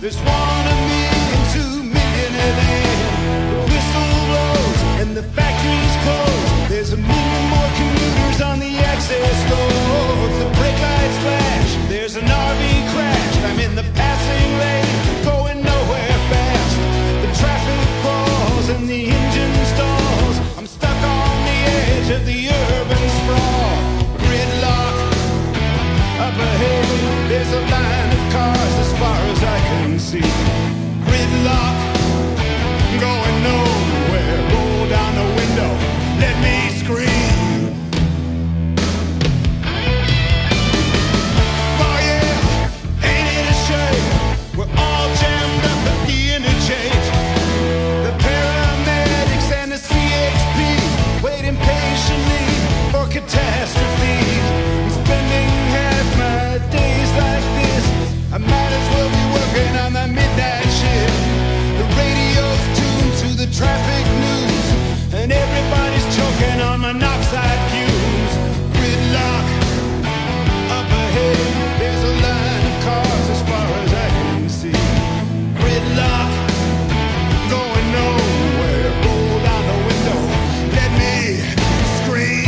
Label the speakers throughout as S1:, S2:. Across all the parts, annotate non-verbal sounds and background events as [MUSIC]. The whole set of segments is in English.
S1: There's one of me and two million of them. The whistle blows and the factory's closed. There's a million more commuters on the access roads. The brake lights flash. There's an RV crash. I'm in the passing lane, going nowhere fast. The traffic falls and the engine stalls. I'm stuck on the edge of the urban sprawl. Gridlock up ahead, there's a line of cars as far as I can see. Gridlock, going nowhere. Roll down the window, let me scream. Oh yeah, ain't it a shame? We're all jammed up at the interchange. The paramedics and the CHP waiting patiently for catastrophe. I'm spending half my days like this. I might as well be working on the midnight shift. The radio's tuned to the traffic news, and everybody's choking on monoxide fumes. Gridlock up ahead. There's a line of cars as far as I can see. Gridlock going nowhere. Roll down the window. Let me scream.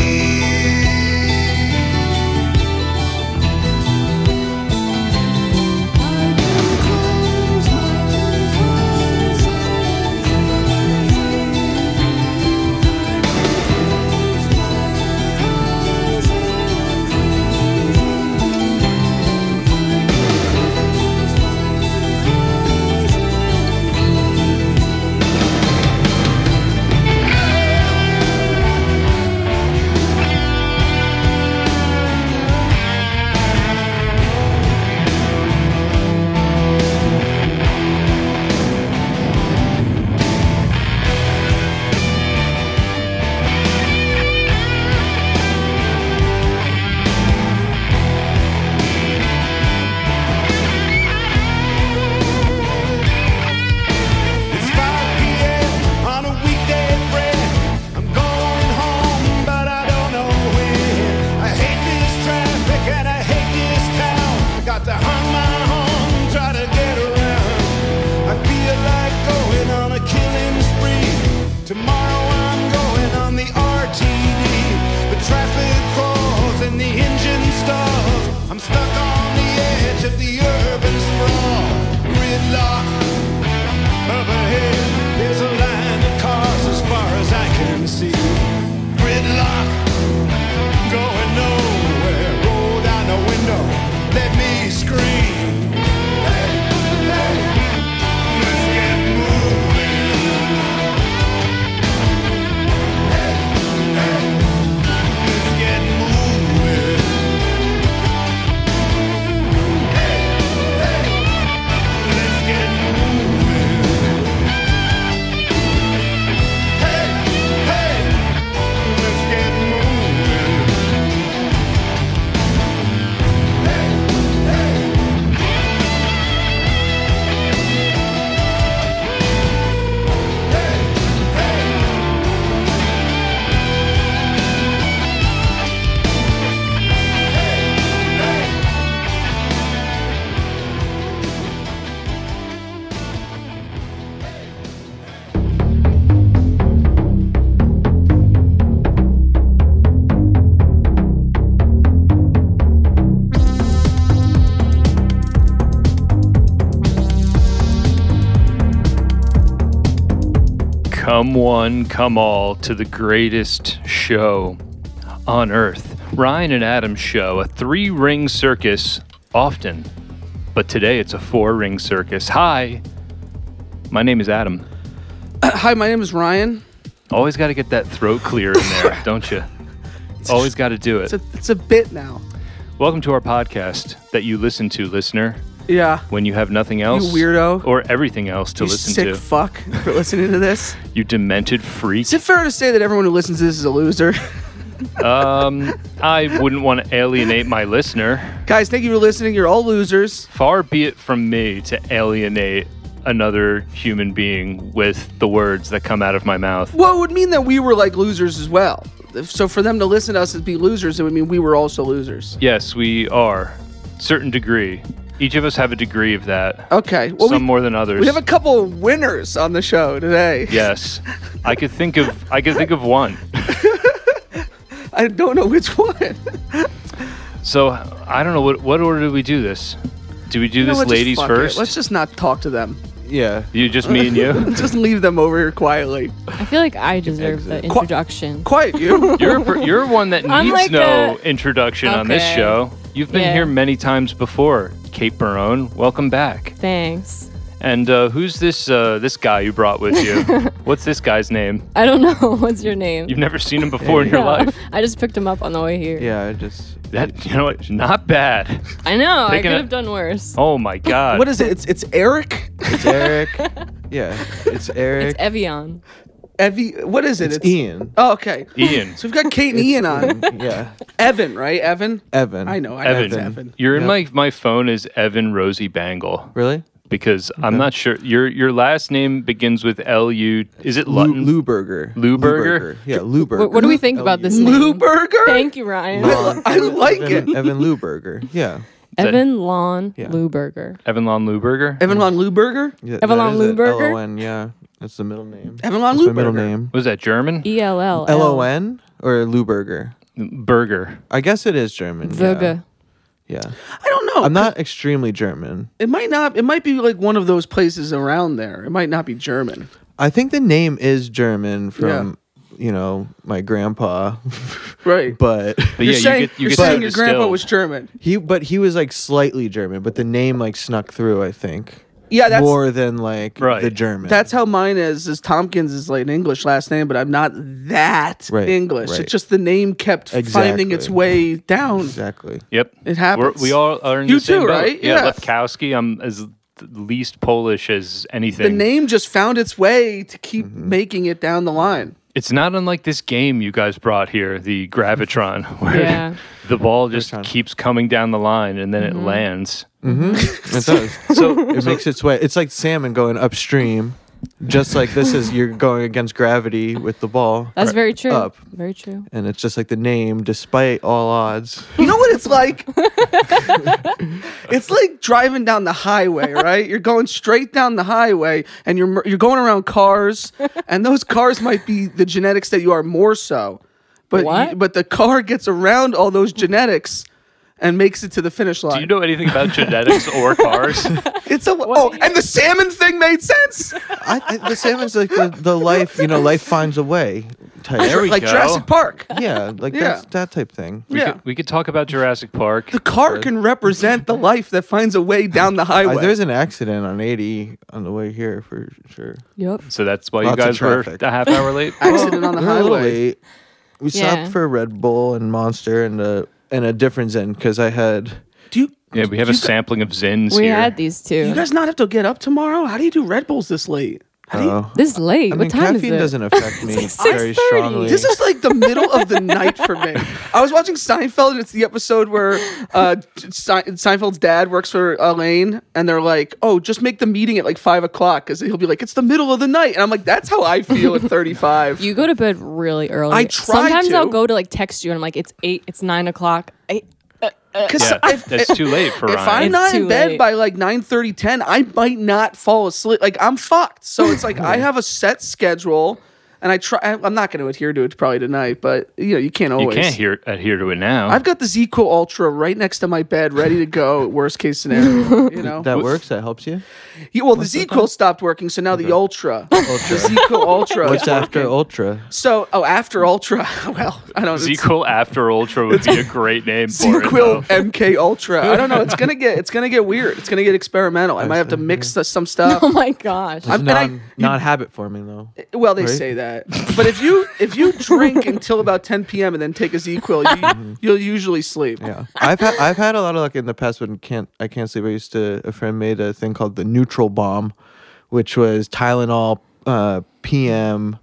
S1: It's 5 p.m. on a weekday, friend. I'm going home, but I don't know when. I hate this traffic and I hate this town. Got to hunt my home, try to get around. I feel like going on a killing spree. Tomorrow I'm going on the RTD. The traffic falls and the engine stalls. I'm stuck on the edge of the urban sprawl. Gridlock. Up ahead, there's a line of cars as far as I can see. Gridlock, going nowhere. Roll down the window, let me scream. Hey, hey, let's get moving. Hey, hey, let's get moving. Hey, hey, let's get moving. Hey, hey, let's get moving. Hey, hey. Hey, hey. Hey, hey.
S2: Come one, come all to the greatest show on earth. Ryan and Adam's show, a three ring circus often, but today it's a four ring circus. Hi, my name is Adam.
S3: Hi, my name is Ryan.
S2: Always got to get that throat clear in
S3: [LAUGHS]
S2: there, don't you? Always got to do it.
S3: It's a, it's a bit now.
S2: Welcome to our podcast that you listen to, listener,
S3: Yeah.
S2: when you have nothing else.
S3: weirdo.
S2: Or everything else to
S3: you
S2: listen
S3: sick
S2: to. [LAUGHS]
S3: fuck for listening to this.
S2: you demented freak.
S3: Is it fair to say that everyone who listens to this is a loser? [LAUGHS]
S2: um, I wouldn't want to alienate my listener.
S3: Guys, thank you for listening. You're all losers.
S2: Far be it from me to alienate another human being with the words that come out of my mouth.
S3: Well, it would mean that we were like losers as well. If- So for them to listen to us and be losers, it would mean we were also losers.
S2: Yes, we are. Certain degree. Each of us have a degree of that.
S3: Okay. Oh, Well,
S2: some
S3: we,
S2: more than others.
S3: we have a couple of winners on the show today.
S2: yes. I could think of I could think of one.
S3: [LAUGHS] I don't know which one. [LAUGHS]
S2: So I don't know what what order do we do this? Do we do
S3: You know
S2: this
S3: what, just
S2: ladies
S3: fuck it.
S2: first?
S3: Let's just not talk to them. [LAUGHS]
S4: Yeah.
S2: you just me and you.
S3: Just leave them over here quietly.
S5: I feel like I deserve the
S4: exit.
S3: Qua-
S5: introduction.
S3: Quiet you.
S2: You're a per- you're one that
S5: I'm
S2: needs
S5: like
S2: no
S5: a-
S2: introduction on this
S5: Okay.
S2: show. You've been
S5: Yeah.
S2: here many times before. Kate Barone, welcome back.
S5: Thanks.
S2: And uh, who's this uh, this guy you brought with you? What's this guy's name?
S5: I don't know. [LAUGHS] What's your name?
S2: You've never seen him before in your
S5: No,
S2: life.
S5: I just picked him up on the way here.
S4: Yeah, I just.
S2: That you know what? Not bad.
S5: I know. I
S2: Taking
S5: could
S2: a-
S5: have done worse.
S2: Oh my god.
S3: [LAUGHS] what is it? It's it's Eric.
S4: It's Eric. yeah, it's Eric.
S5: It's Evian.
S3: Evie. What is it? [LAUGHS]
S4: It's Ian.
S3: Oh, okay.
S2: Ian?
S3: So we've got Kate and Ian on.
S4: [LAUGHS] Yeah,
S3: Evan, right? Evan.
S4: Evan.
S3: I know. I know
S2: Evan.
S3: it's Evan.
S2: You're in
S4: Yep.
S2: my my phone is Evan Rosie Bangle
S4: Really?
S2: because I'm not sure your your last name begins with L U. Is it
S4: Lu-
S2: Lutton? Luberger?
S4: Luberger. Luberger. Yeah, Luberger.
S5: What, what do we think about this name?
S3: Lou Burger.
S5: Thank you, Ryan.
S4: Lon-
S3: I like
S4: Evan,
S3: it.
S4: Evan Luberger. Yeah.
S5: Evan Lon
S4: Yeah.
S5: Luberger.
S2: Evan Lon Luberger.
S3: Evan Lon Luberger.
S4: yeah
S5: Evan Lon Luberger?
S4: L O N. Yeah, that's the middle name.
S3: Evan Lon
S4: That's my middle
S3: Luberger.
S4: name.
S2: Was that German?
S5: E L L.
S4: L O N or Luberger.
S2: Burger.
S4: I guess it is German. Yeah.
S5: Vöge.
S4: yeah.
S3: I don't know.
S4: I'm not extremely German.
S3: It might not. It might be like one of those places around there. It might not be German.
S4: I think the name is German from you know my grandpa, [LAUGHS]
S3: Right.
S4: but
S2: But
S3: you're
S2: yeah,
S3: saying,
S2: you get you
S3: are
S2: get
S3: saying
S2: so
S3: your grandpa
S2: distilled.
S3: was German.
S4: he but he was like slightly German, but the name like snuck through. I think.
S3: Yeah, that's
S4: more than like
S2: Right.
S4: the German.
S3: that's how mine is. Is Tompkins is like an English last name, but I'm not that
S4: Right,
S3: English.
S4: right.
S3: It's just the name kept finding its
S4: Exactly.
S3: way down.
S4: exactly.
S2: Yep.
S3: It happens.
S2: We're, we all are in
S3: You
S2: the same
S3: too,
S2: boat.
S3: right?
S2: Yeah.
S3: Yeah.
S2: Lepkowski. I'm as th- least Polish as anything.
S3: The name just found its way to keep making it down the line.
S2: It's not unlike this game you guys brought here, the Gravitron, [LAUGHS] where
S5: Yeah.
S2: the ball just
S4: Gravitron.
S2: keeps coming down the line and then
S3: Mm-hmm.
S2: it lands.
S4: It does. so [LAUGHS] it makes its way. It's like salmon going upstream, just like this is you're going against gravity with the ball.
S5: That's very true.
S4: Up.
S5: Very true.
S4: and it's just like the name, despite all odds.
S3: You know what it's like? [LAUGHS] it's like driving down the highway, right? You're going straight down the highway, and you're you're going around cars, and those cars might be the genetics that you are more so, but
S5: What?
S3: but the car gets around all those genetics. And makes it to the finish line.
S2: Do you know anything about genetics
S3: [LAUGHS]
S2: or cars?
S3: it's a oh, and the salmon thing made sense.
S4: I, I, the salmon's like the, the life, you know, life finds a way type.
S2: There we
S3: like
S2: go.
S3: Jurassic Park.
S4: Yeah, like
S3: Yeah.
S4: That's, that type thing.
S2: We,
S3: yeah,
S2: could, we could talk about Jurassic Park.
S3: the car can represent the life that finds a way down the
S4: Uh,
S3: highway.
S4: there's an accident on 80 on the way here for sure.
S5: Yep.
S2: So that's why you
S4: Lots of
S2: guys were
S4: traffic.
S2: a half hour
S3: [LAUGHS]
S2: late.
S3: accident on the
S2: Oh,
S4: We were a little
S3: highway.
S4: late. We
S5: Yeah.
S4: stopped for Red Bull and Monster and a and a difference in because I had
S3: Do you,
S2: yeah, we have a
S3: You gu-
S2: sampling of Zins
S5: We
S2: here.
S5: had these two.
S3: you guys not have to get up tomorrow? How do you do Red Bulls this late? How do you,
S4: oh,
S5: this is late.
S4: I
S5: what
S4: mean
S5: time is
S4: caffeine
S5: it?
S4: doesn't affect me
S5: like
S4: very
S5: 6:30.
S3: [LAUGHS]
S4: strongly.
S3: This is like the middle of the night for me. I was watching Seinfeld, and it's the episode where uh, Se- Seinfeld's dad works for Elaine, and they're like, "Oh, just make the meeting at like five o'clock," because he'll be like, "It's the middle of the night," and I'm like, "That's how I feel at 35."
S5: You go to bed really early.
S3: I try
S5: Sometimes
S3: to.
S5: I'll go to like text you and I'm like, it's eight, it's nine o'clock. I, [LAUGHS]
S3: Because
S2: yeah, that's too late for
S3: if I'm
S2: Ryan.
S5: It's
S3: not in
S5: too
S3: bed
S5: late.
S3: by like 9 30, 10, I might not fall asleep. Like I'm fucked. So it's like I have a set schedule. And I try. I- I'm not going to adhere to it probably tonight, but you know you can't
S2: you
S3: always.
S2: can't hear, adhere to it now. [LAUGHS]
S3: I've got the Zico Ultra right next to my bed, ready to
S4: [LAUGHS]
S3: go. worst case scenario, you know.
S4: that works. That helps you.
S3: Yeah, well, the Zico stopped working, so now the Ultra, the Zico Ultra.
S4: What's
S3: is
S4: after
S3: working.
S4: Ultra?
S3: So, oh, after Ultra. [LAUGHS] Well, I don't. [LAUGHS] know.
S2: Sequel after Ultra would be a great
S3: [LAUGHS]
S2: name for it. though.
S3: Sequel MK Ultra. I don't know. It's gonna get. It's gonna get weird. It's gonna get experimental. I might have to mix the- some stuff.
S5: oh my gosh.
S4: It's
S3: and I-
S4: not, not habit forming though.
S3: Well, they
S4: Right?
S3: say that. But if you if you drink until about 10 p.m. and then take a Zequil,
S4: [LAUGHS]
S3: you, you'll usually sleep.
S4: Yeah, I've had I've had a lot of luck in the past when can't I can't sleep. I used to a friend made a thing called the neutral bomb, which was Tylenol uh,
S3: [LAUGHS]
S4: PM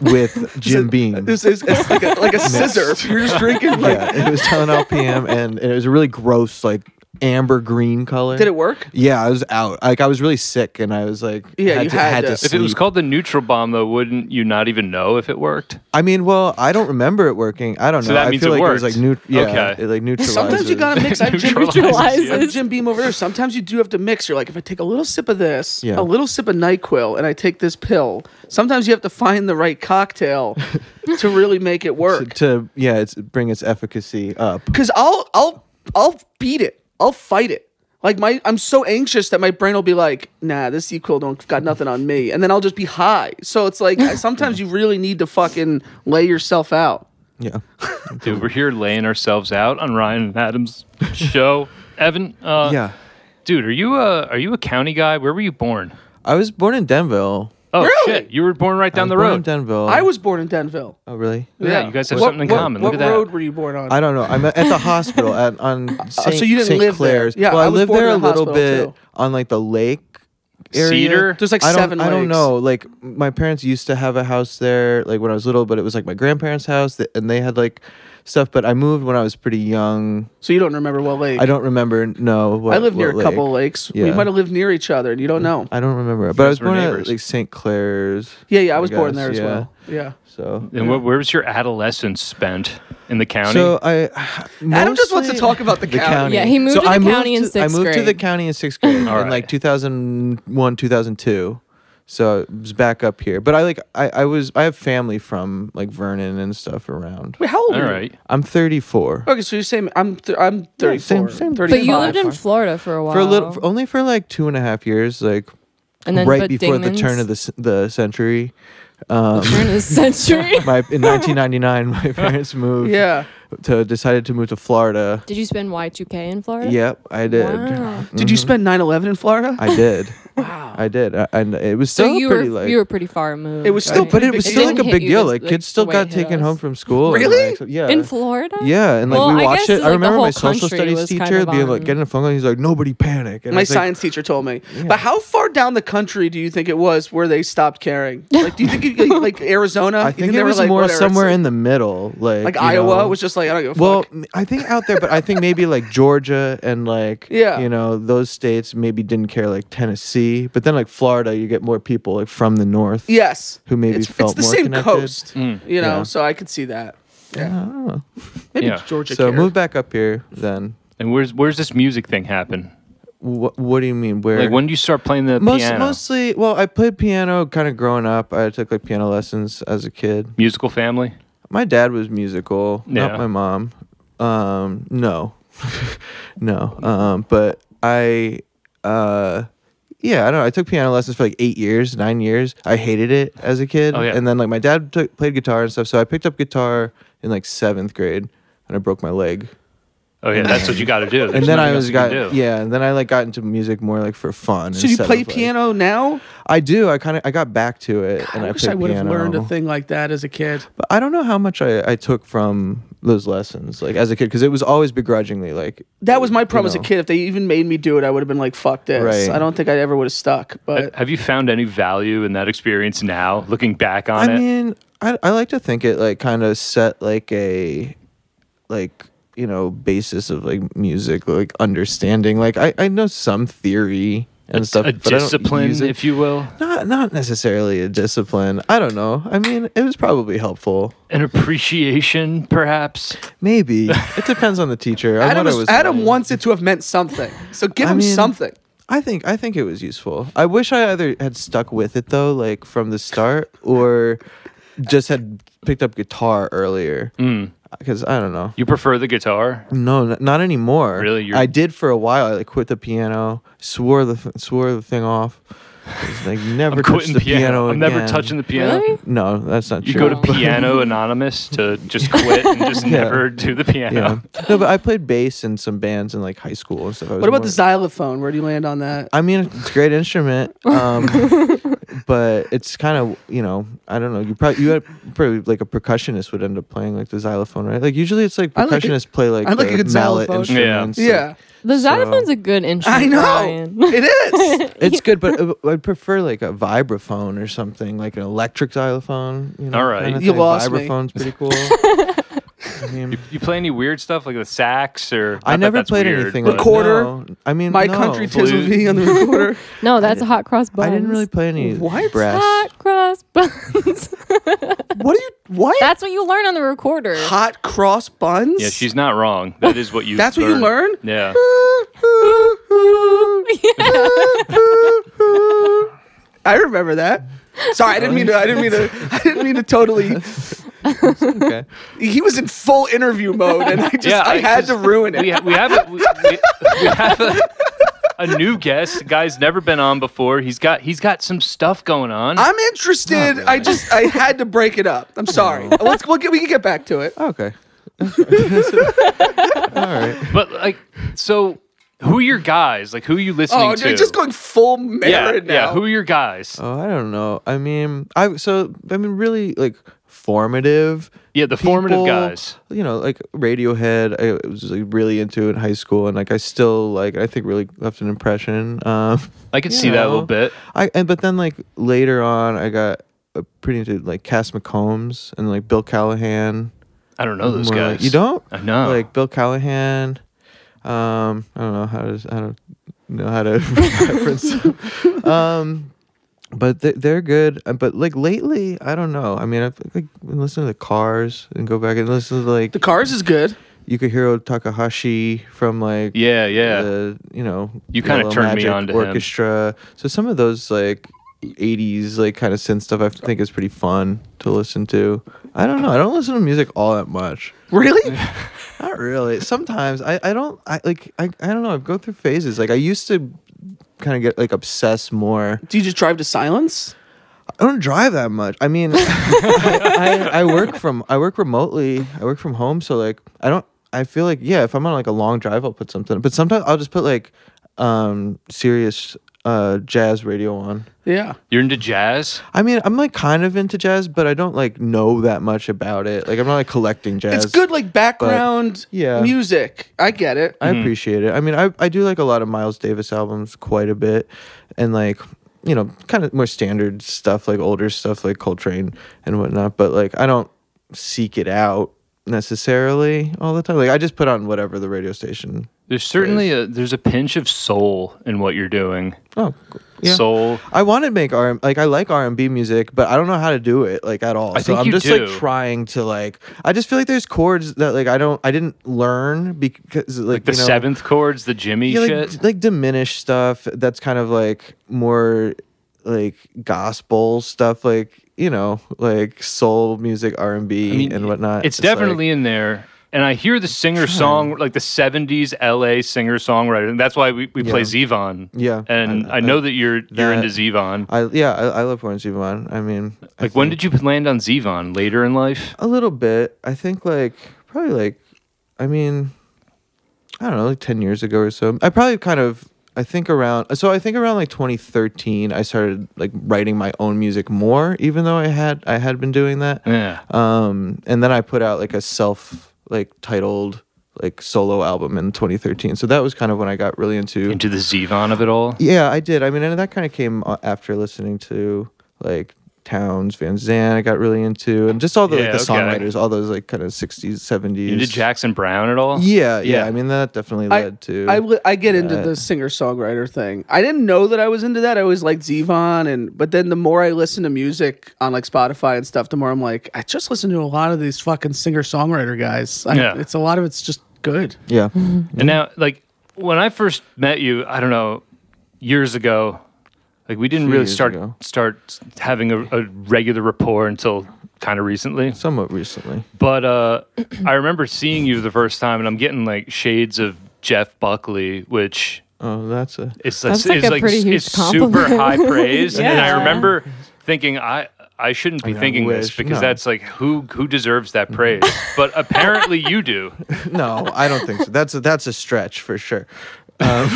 S4: with Jim Beam.
S3: This is it's
S4: [LAUGHS]
S3: like a, like a scissor. You're just drinking like
S4: yeah, it was Tylenol PM, and, and it was a really gross like amber green color.
S3: Did it work?
S4: Yeah, I was out. Like I was really sick, and I was like,
S3: Yeah,
S4: had
S3: you
S4: to,
S3: had
S4: had to.
S3: to.
S2: If it was
S4: sleep.
S2: called the neutral bomb, though, wouldn't you not even know if it worked?
S4: I mean, well, I don't remember it working. I don't know.
S2: So that
S4: I
S2: means
S4: feel
S2: it
S4: like it was
S2: worked.
S4: like new, yeah,
S2: Okay.
S4: it like neutralizes.
S3: Sometimes you gotta
S4: [LAUGHS]
S3: mix. I've Jim,
S2: Neutralizes
S5: you.
S3: I have Jim Beam over there. Sometimes you do have to mix. You're like, if I take a little sip of this,
S4: Yeah.
S3: a little sip of Nyquil, and I take this pill. Sometimes you have to find the right
S4: [LAUGHS]
S3: cocktail to really make it
S4: to,
S3: work.
S4: to yeah, it's bring its efficacy up.
S3: Because I'll I'll I'll beat it. I'll fight it. Like my, I'm so anxious that my brain will be like, "Nah, this sequel don't got nothing on me," and then I'll just be high. So it's like sometimes you really need to fucking lay yourself out.
S4: Yeah,
S2: Dude, we're here laying ourselves out on Ryan and Adam's
S4: [LAUGHS]
S2: show. Evan, uh,
S4: yeah.
S2: dude, are you a are you a county guy? Where were you born?
S4: I was born in Denville.
S2: Oh
S3: Really?
S2: shit, you were born right
S4: I
S2: down
S4: was
S2: the
S4: born in
S2: road.
S4: Denville.
S3: I was born in Denville.
S4: Oh, really?
S2: Yeah, you guys have
S3: What-
S2: something in
S3: what-
S2: common.
S3: What
S2: Look at that.
S3: road were you born on?
S4: I don't know. I'm
S3: [LAUGHS]
S4: at the hospital at on Saint,
S3: Uh, so you didn't
S4: Saint
S3: live there.
S4: Clair's.
S3: Yeah,
S4: well, I,
S3: I was
S4: lived
S3: born
S4: there
S3: in
S4: a
S3: the
S4: little
S3: hospital,
S4: bit
S3: too.
S4: on like the lake area.
S2: Cedar?
S3: There's like
S4: I don't,
S3: seven
S4: I don't
S3: lakes.
S4: know. Like my parents used to have a house there, like when I was little, but it was like my grandparents' house, that, and they had like stuff. But I moved when I was pretty young.
S3: So you don't remember what lake?
S4: I don't remember. No, what,
S3: I live near
S4: what
S3: a
S4: lake.
S3: couple lakes. We
S4: Yeah.
S3: might have lived near each other, and you don't know.
S4: I don't remember, but I was
S2: guys were
S4: born at
S2: neighbors.
S4: like Saint Clair's.
S3: Yeah, yeah, I was born
S4: guess,
S3: there as
S4: yeah.
S3: well. Yeah.
S4: So.
S2: And wh- where was your adolescence spent in the county?
S4: So I [SIGHS]
S3: Adam just wants to
S4: mostly-
S3: talk about the,
S4: [LAUGHS] the
S3: county.
S4: county.
S5: Yeah, he moved
S4: so
S5: to the
S4: I
S5: county in
S4: to- I
S5: sixth
S4: moved to the
S5: grade.
S4: county in sixth
S2: [LAUGHS]
S4: grade
S2: All
S4: in like
S2: right.
S4: 2001, 2002. So I was back up here, but I like I, I was I have family from like Vernon and stuff around.
S3: Wait, how old
S2: all
S3: are you?
S2: right.
S4: I'm 34
S3: Okay, so you're saying I'm th- I'm 34.
S4: same- same. But
S5: But you
S3: 35.
S5: lived in Florida for a while.
S4: for a little for, only for like two and a half years, like
S5: and then
S4: right
S5: but
S4: before
S5: Dingman's
S4: the turn of the c- the century.
S5: turn
S4: [LAUGHS]
S5: of the century.
S4: My
S5: [LAUGHS]
S4: in 1999, my parents moved.
S3: Yeah.
S4: to decided to move to Florida.
S5: Did you spend Y2K in Florida?
S4: Yep, I did.
S5: Wow.
S3: Did you spend 9/11 in Florida?
S4: Mm-hmm.
S5: [LAUGHS]
S4: I did. wow. I did, I- and it was still
S5: So you were
S4: pretty like
S5: you were pretty far removed.
S3: It was
S5: right?
S3: still
S4: but it was
S3: It
S4: still like
S5: didn't hit
S4: a big
S5: you
S4: deal.
S5: this-
S4: Like
S5: like,
S4: kids still
S5: the way it
S4: got
S5: hit
S4: taken
S5: us.
S4: home from school. and,
S3: Really?
S4: like, yeah.
S5: in Florida.
S4: Yeah, and like
S5: Well,
S4: we
S5: I
S4: watched
S5: guess,
S4: it.
S5: like,
S4: I
S5: the
S4: remember my
S5: whole
S4: social
S5: country
S4: studies
S5: was kind
S4: teacher
S5: of
S4: being like
S5: on-
S4: getting a phone call. He's like, "Nobody panic." And I
S3: My
S4: was like,
S3: science teacher told me. But how far down the country do you think it was where they stopped
S5: [LAUGHS]
S3: caring? Like, do you think it, like, like Arizona?
S4: I
S3: You
S4: think
S3: they
S4: it
S3: were
S4: was
S3: like,
S4: more
S3: whatever, it's
S4: somewhere
S3: like-
S4: in the middle, like
S3: like
S4: you
S3: Iowa
S4: know.
S3: was just like I don't give a
S4: Well,
S3: fuck.
S4: m- I think out there, but I think maybe like Georgia and like
S3: [LAUGHS] Yeah.
S4: you know those states maybe didn't care like Tennessee, but then like Florida, you get more people like from the north.
S3: Yes.
S4: who maybe
S3: it's,
S4: felt
S3: it's the
S4: more
S3: same
S4: connected.
S3: coast, you know.
S4: Yeah. Uh-huh.
S3: So I could see that. Yeah, maybe
S2: Yeah.
S3: Georgia.
S4: So
S3: cared.
S4: move back up here then.
S2: And where's where's this music thing happen?
S4: Wh- what do you mean? Where?
S2: Like when do you start playing the
S4: Most,
S2: piano?
S4: Mostly, well, I played piano kind of growing up. I took like piano lessons as a kid.
S2: Musical family.
S4: My dad was musical,
S2: Yeah.
S4: not my mom. Um, no, [LAUGHS] no. Um, but I, uh, yeah, I don't know. I took piano lessons for like eight years, nine years. I hated it as a kid,
S2: Oh, yeah.
S4: and then like my dad took, played guitar and stuff. So I picked up guitar in like seventh grade, and I broke my leg.
S2: Oh yeah, that's what you got to
S4: [LAUGHS]
S2: do.
S4: and
S2: There's
S4: then
S2: nothing
S4: I
S2: else
S4: was
S2: you can
S4: got
S2: do.
S4: yeah, and then I like got into music more like for fun.
S3: so you
S4: instead
S3: play
S4: of, like-
S3: piano now?
S4: I do. I kind of I got back to it, and I,
S3: I wish
S4: played
S3: I would have
S4: piano.
S3: learned a thing like that as a kid.
S4: But I don't know how much I, I took from those lessons, like as a kid, because it was always begrudgingly. Like
S3: That was my problem as a
S4: know.
S3: kid. If they even made me do it, I would have been like, "Fuck this."
S4: Right.
S3: I don't think I ever would have stuck. But
S2: Have you found any value in that experience now, looking back on
S4: I
S2: it?
S4: mean, I I like to think it like kind of set like a like you know basis of like music, like understanding. Like I I know some theory and stuff,
S2: a
S4: but I don't
S2: discipline,
S4: use it.
S2: if you will,
S4: Not not necessarily a discipline. I don't know. I mean, it was probably helpful.
S2: an appreciation, perhaps.
S4: Maybe it depends on the teacher. on
S3: Adam,
S4: what I
S3: is-
S4: was
S3: Adam
S4: learning.
S3: wants it to have meant something. So give
S4: I
S3: him
S4: mean-
S3: something.
S4: I think I think it was useful. I wish I either had stuck with it though, like from the start, or just had picked up guitar earlier.
S2: Mm.
S4: Because I don't know.
S2: You prefer the guitar?
S4: No, n- not anymore.
S2: Really? You're-
S4: I did for a while. I like, quit the piano, swore the f- swore the thing off.
S2: [LAUGHS]
S4: It's Like never
S2: I'm
S4: touched
S2: quitting
S4: the piano.
S2: I'm never
S4: again.
S2: touching the piano.
S5: Really?
S4: [LAUGHS] No, that's not
S2: You go
S4: true.
S2: to Piano Anonymous to
S4: [LAUGHS]
S2: just quit and just never do the
S4: yeah.
S2: piano.
S4: No, but I played bass in some bands in like high school and stuff. I was
S3: What about
S4: more-
S3: the xylophone? Where do you land on [LAUGHS] that?
S4: I mean, it's a
S3: [LAUGHS]
S4: great instrument, um, but it's kind of you know I don't know. You probably you had probably like a percussionist would end up playing like the xylophone, right? Like usually it's like
S3: I like a-
S4: percussionists play like
S3: I like a
S4: the
S3: good
S4: mallet
S3: xylophone.
S2: Yeah.
S4: instruments. like-
S3: yeah,
S5: The xylophone's a good instrument.
S3: I
S4: [LAUGHS]
S3: know. [LAUGHS]
S5: Ryan.
S3: it is.
S4: it's good,
S3: [LAUGHS]
S4: but uh, I'd prefer like a vibraphone or something, like an electric xylophone. You know,
S2: All right.
S4: kinda
S3: You
S4: thing.
S3: lost me. [LAUGHS]
S4: Vibraphone's pretty cool. I mean,
S2: You play any weird stuff like the sax or? not
S4: I
S2: that
S4: never
S2: that's
S4: played
S2: weird,
S4: anything.
S2: but-
S4: like-
S3: Recorder.
S4: no. I mean,
S3: My
S4: no.
S3: country
S2: Flute.
S3: tizzle me on the recorder.
S5: No, that's hot cross buns.
S4: I didn't really play any
S3: What?
S4: brass.
S3: [LAUGHS]
S5: hot cross [LAUGHS] buns.
S3: [LAUGHS] what are you? What?
S5: that's what you learn on the recorder.
S3: Hot cross buns?
S2: Yeah, she's not wrong. That is what you.
S3: That's what you learn?
S2: Yeah.
S5: [LAUGHS] Yeah.
S3: [LAUGHS]
S4: [LAUGHS]
S3: I remember that. Sorry, I didn't mean to. I didn't mean to. I didn't mean to totally.
S4: Okay.
S3: He was in full interview mode, and I [LAUGHS]
S2: [LAUGHS]
S3: just
S2: yeah,
S3: I, had
S2: just-
S3: to ruin it.
S2: We, ha- we have a, we, we- we have a, a new guest. Guy's never been on before. He's got he's got some stuff going on.
S3: I'm interested. I just I had to break it up. I'm sorry. Let's we'll get, we can get back to it.
S4: Okay.
S2: [LAUGHS]
S4: All right.
S2: but like, so who are your guys? Like, who are you listening
S3: Oh,
S2: to?
S3: dude, just going full
S2: yeah,
S3: Marin now.
S2: yeah. Who are your guys?
S4: Oh, I don't know. I mean, I so I mean, really like formative.
S2: Yeah, the formative
S4: people,
S2: guys.
S4: You know, like Radiohead. I was like really into in high school, and like I still like. I think really left an impression. Um,
S2: I can
S4: you
S2: see that a
S4: know.
S2: little bit.
S4: I and but then like later on, I got uh, pretty into like Cass McCombs and like Bill Callahan.
S2: I don't know those
S4: More
S2: guys.
S4: like- you don't?
S2: I know.
S4: Like Bill Callahan. Um, I don't know how to. I don't know how to [LAUGHS] reference.
S2: [LAUGHS]
S4: um, but they, they're good. Uh, But like lately, I don't know. I mean, I've like been listening to the Cars and go back and listen to like
S3: The Cars is good.
S4: Yukihiro Takahashi from like
S2: Yeah, yeah.
S4: the, you know
S2: You kinda
S4: Yellow
S2: turned me
S4: Magic
S2: on to him.
S4: orchestra. So some of those like. 80s like kind of synth stuff I think is pretty fun to listen to. I don't know. I don't listen to music all that much.
S3: Really?
S4: Not really. Sometimes I, I don't I like I, I don't know. I go through phases. Like I used to kind of get like obsessed more.
S3: Do you just drive to silence?
S4: I don't drive that much. I mean, [LAUGHS] I, I, I work from I work remotely. I work from home, so like I don't. I feel like yeah, if I'm on like a long drive, I'll put something. But sometimes I'll just put like um serious uh jazz radio on.
S3: Yeah.
S2: You're into jazz.
S4: I mean, I'm like kind of into jazz, but I don't like know that much about it. Like I'm not like collecting jazz.
S3: It's good like background
S4: yeah.
S3: music. I get it.
S4: I
S2: Mm-hmm.
S4: appreciate it. I mean, I, I do like a lot of Miles Davis albums quite a bit, and like you know, kind of more standard stuff like older stuff like Coltrane and whatnot. But like, I don't seek it out necessarily all the time. Like, I just put on whatever the radio station.
S2: There's certainly a there's a pinch of soul in what you're doing.
S4: Oh, cool. yeah.
S2: Soul.
S4: I want to make R like I like R and B music, but I don't know how to do it like at all.
S2: I
S4: so
S2: think
S4: I'm
S2: you
S4: just
S2: do.
S4: like trying to like I just feel like there's chords that like I don't I didn't learn because like,
S2: The
S4: you know,
S2: seventh chords, the Jimmy
S4: yeah, like,
S2: shit.
S4: d- like diminished stuff that's kind of like more like gospel stuff like you know like soul music r&b and whatnot
S2: It's,
S4: like-
S2: definitely in there. And I hear the singer song, like the 70s LA singer songwriter. And that's why we, we play Zevon.
S4: Yeah.
S2: And
S4: I-
S2: I, know that you're you're into Zevon.
S4: i yeah i, I love orange Yvonne. i mean I
S2: like, when
S4: think-
S2: did you land on Zevon? Later in life?
S4: a little bit i think like probably like i mean i don't know like 10 years ago or so i probably kind of i think around so i think around like 2013 i started like writing my own music more even though i had i had been doing that
S2: Yeah.
S4: um and then i put out like a self like titled like solo album in 2013 so that was kind of when i got really into
S2: into the Zevon of it all?
S4: yeah i did i mean and that kind of came a- after listening to like towns van zandt i got really into and just all the
S2: Yeah,
S4: like the
S2: okay.
S4: songwriters all those like kind of 60s 70s
S2: You into Jackson Brown at all?
S4: yeah, yeah
S2: Yeah.
S4: i mean that definitely
S3: I,
S4: led to
S3: I, li- I get into the singer songwriter thing. I didn't know that I was into that. I always liked Zevon, and but then the more I listen to music on like Spotify and stuff, the more I'm like, I just listen to a lot of these fucking singer songwriter guys. I,
S2: Yeah.
S3: it's a lot of it's just good.
S4: yeah
S2: And now, like, when I first met you, I don't know, years ago, like we didn't
S4: Few
S2: really
S4: years
S2: start
S4: ago.
S2: start having a, a regular rapport until kind of recently.
S4: somewhat recently
S2: But uh, [CLEARS THROAT] I remember seeing you the first time, and I'm getting like shades of Jeff Buckley, which
S4: oh that's a
S2: is like,
S5: That's, like,
S2: is,
S5: a
S2: like
S5: pretty
S2: s-
S5: huge
S2: is super
S5: compliment.
S2: high praise.
S5: [LAUGHS]
S2: And I
S5: Yeah.
S2: remember thinking, I I shouldn't be
S4: I
S2: thinking this
S4: wish-
S2: because
S4: no. Mm-hmm.
S2: that's like who who deserves that praise. but apparently you do.
S4: no i don't think so that's a that's a stretch for sure Um,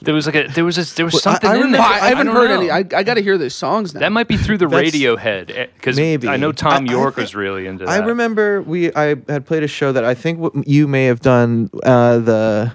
S2: There was like a there was a, there was
S4: I-
S2: something
S4: I
S2: in
S4: remember-
S2: there.
S3: I, I haven't
S2: don't
S3: heard
S2: know.
S3: any. I, I got to hear those songs now.
S2: that might be through the
S4: [LAUGHS] That's-
S2: Radiohead because
S4: Maybe.
S2: I know Tom
S4: I- I
S2: York
S4: thi-
S2: was really into
S4: I
S2: that.
S4: remember we I had played a show that I think what you may have done uh, the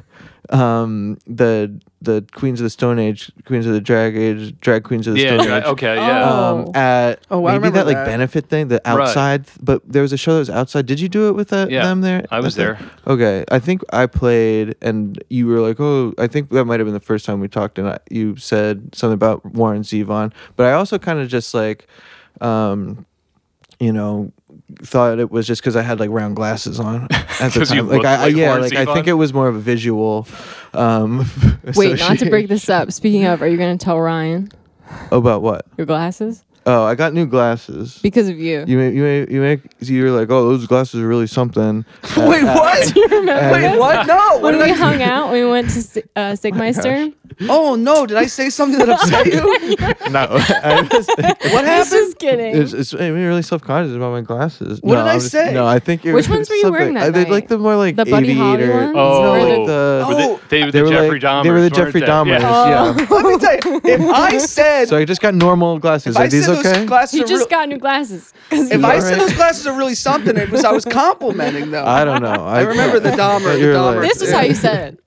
S4: um, the the Queens of the Stone Age, Queens of the Drag Age, Drag Queens of the
S2: Yeah.
S4: Stone
S2: dra-
S4: Age.
S2: okay. Yeah.
S4: Um,
S5: Oh.
S4: at
S3: Oh, I
S4: maybe
S3: remember
S4: that like
S3: that.
S4: benefit thing, the
S2: Right.
S4: outside. But there was a show that was outside. Did you do it with that,
S2: Yeah,
S4: them there?
S2: I was
S4: think- Okay, I think I played, and you were like, "Oh, I think that might have been the first time we talked." And I, you said something about Warren Zevon, but I also kind of just like, um, you know, thought it was just because I had like round
S2: [LAUGHS]
S4: glasses on at the
S2: 'Cause you
S4: time. Like,
S2: looked
S4: I, I
S2: like
S4: yeah,
S2: Warren
S4: like I think
S2: Zevon?
S4: it was more of a visual. Um, [LAUGHS]
S5: Wait, not to break
S4: association.
S5: this up. Speaking of, are you going to tell Ryan
S4: Oh, about what?
S5: your glasses
S4: Oh, I got new glasses.
S5: because of you?
S4: You make, you make, you make, you were like, oh, those glasses are really something.
S3: [LAUGHS] [LAUGHS] Wait, what?
S5: Do you remember
S4: Hey.
S3: Wait,
S5: this?
S3: what? No. What
S5: When
S3: did
S5: we
S3: I? [LAUGHS]
S5: hung out, we went to Si- uh, Sigmeister.
S3: Oh no! Did I say something that upset you?
S4: [LAUGHS] No, I was,
S3: [LAUGHS] What happened?
S5: Just kidding.
S4: it's, it's it made me really self conscious about my glasses.
S3: What
S4: no,
S3: did I
S4: I'm just-
S3: say?
S4: No, I think it
S5: Which
S4: was
S5: ones were you wearing
S4: something-
S5: that
S4: I, they like
S5: night?
S4: the more like
S5: The Buddy Holly
S4: aviator.
S5: ones?
S4: no,
S2: Oh.
S4: like the,
S2: Were they, they were the
S4: they were
S2: Jeffrey
S4: like,
S2: Dahmers.
S4: They were the
S2: weren't
S4: Jeffrey
S2: they?
S4: Dahmers.
S2: Yeah.
S4: Yeah.
S3: Let me tell you. If I said,
S4: So I just got normal glasses.
S3: if I
S4: Are these
S3: said
S4: okay?
S3: those glasses,
S5: you
S3: are
S5: just
S3: real,
S5: got new glasses. 'Cause
S3: if
S5: you-
S3: I
S4: All
S3: said
S4: right.
S3: those glasses are really something, it was I was complimenting them.
S4: [LAUGHS] I don't know.
S3: [LAUGHS]
S4: I,
S3: remember the Dahmer- the
S4: [LAUGHS] You're
S3: Dahmer
S5: [LAUGHS]
S4: like-
S5: this is how you said it.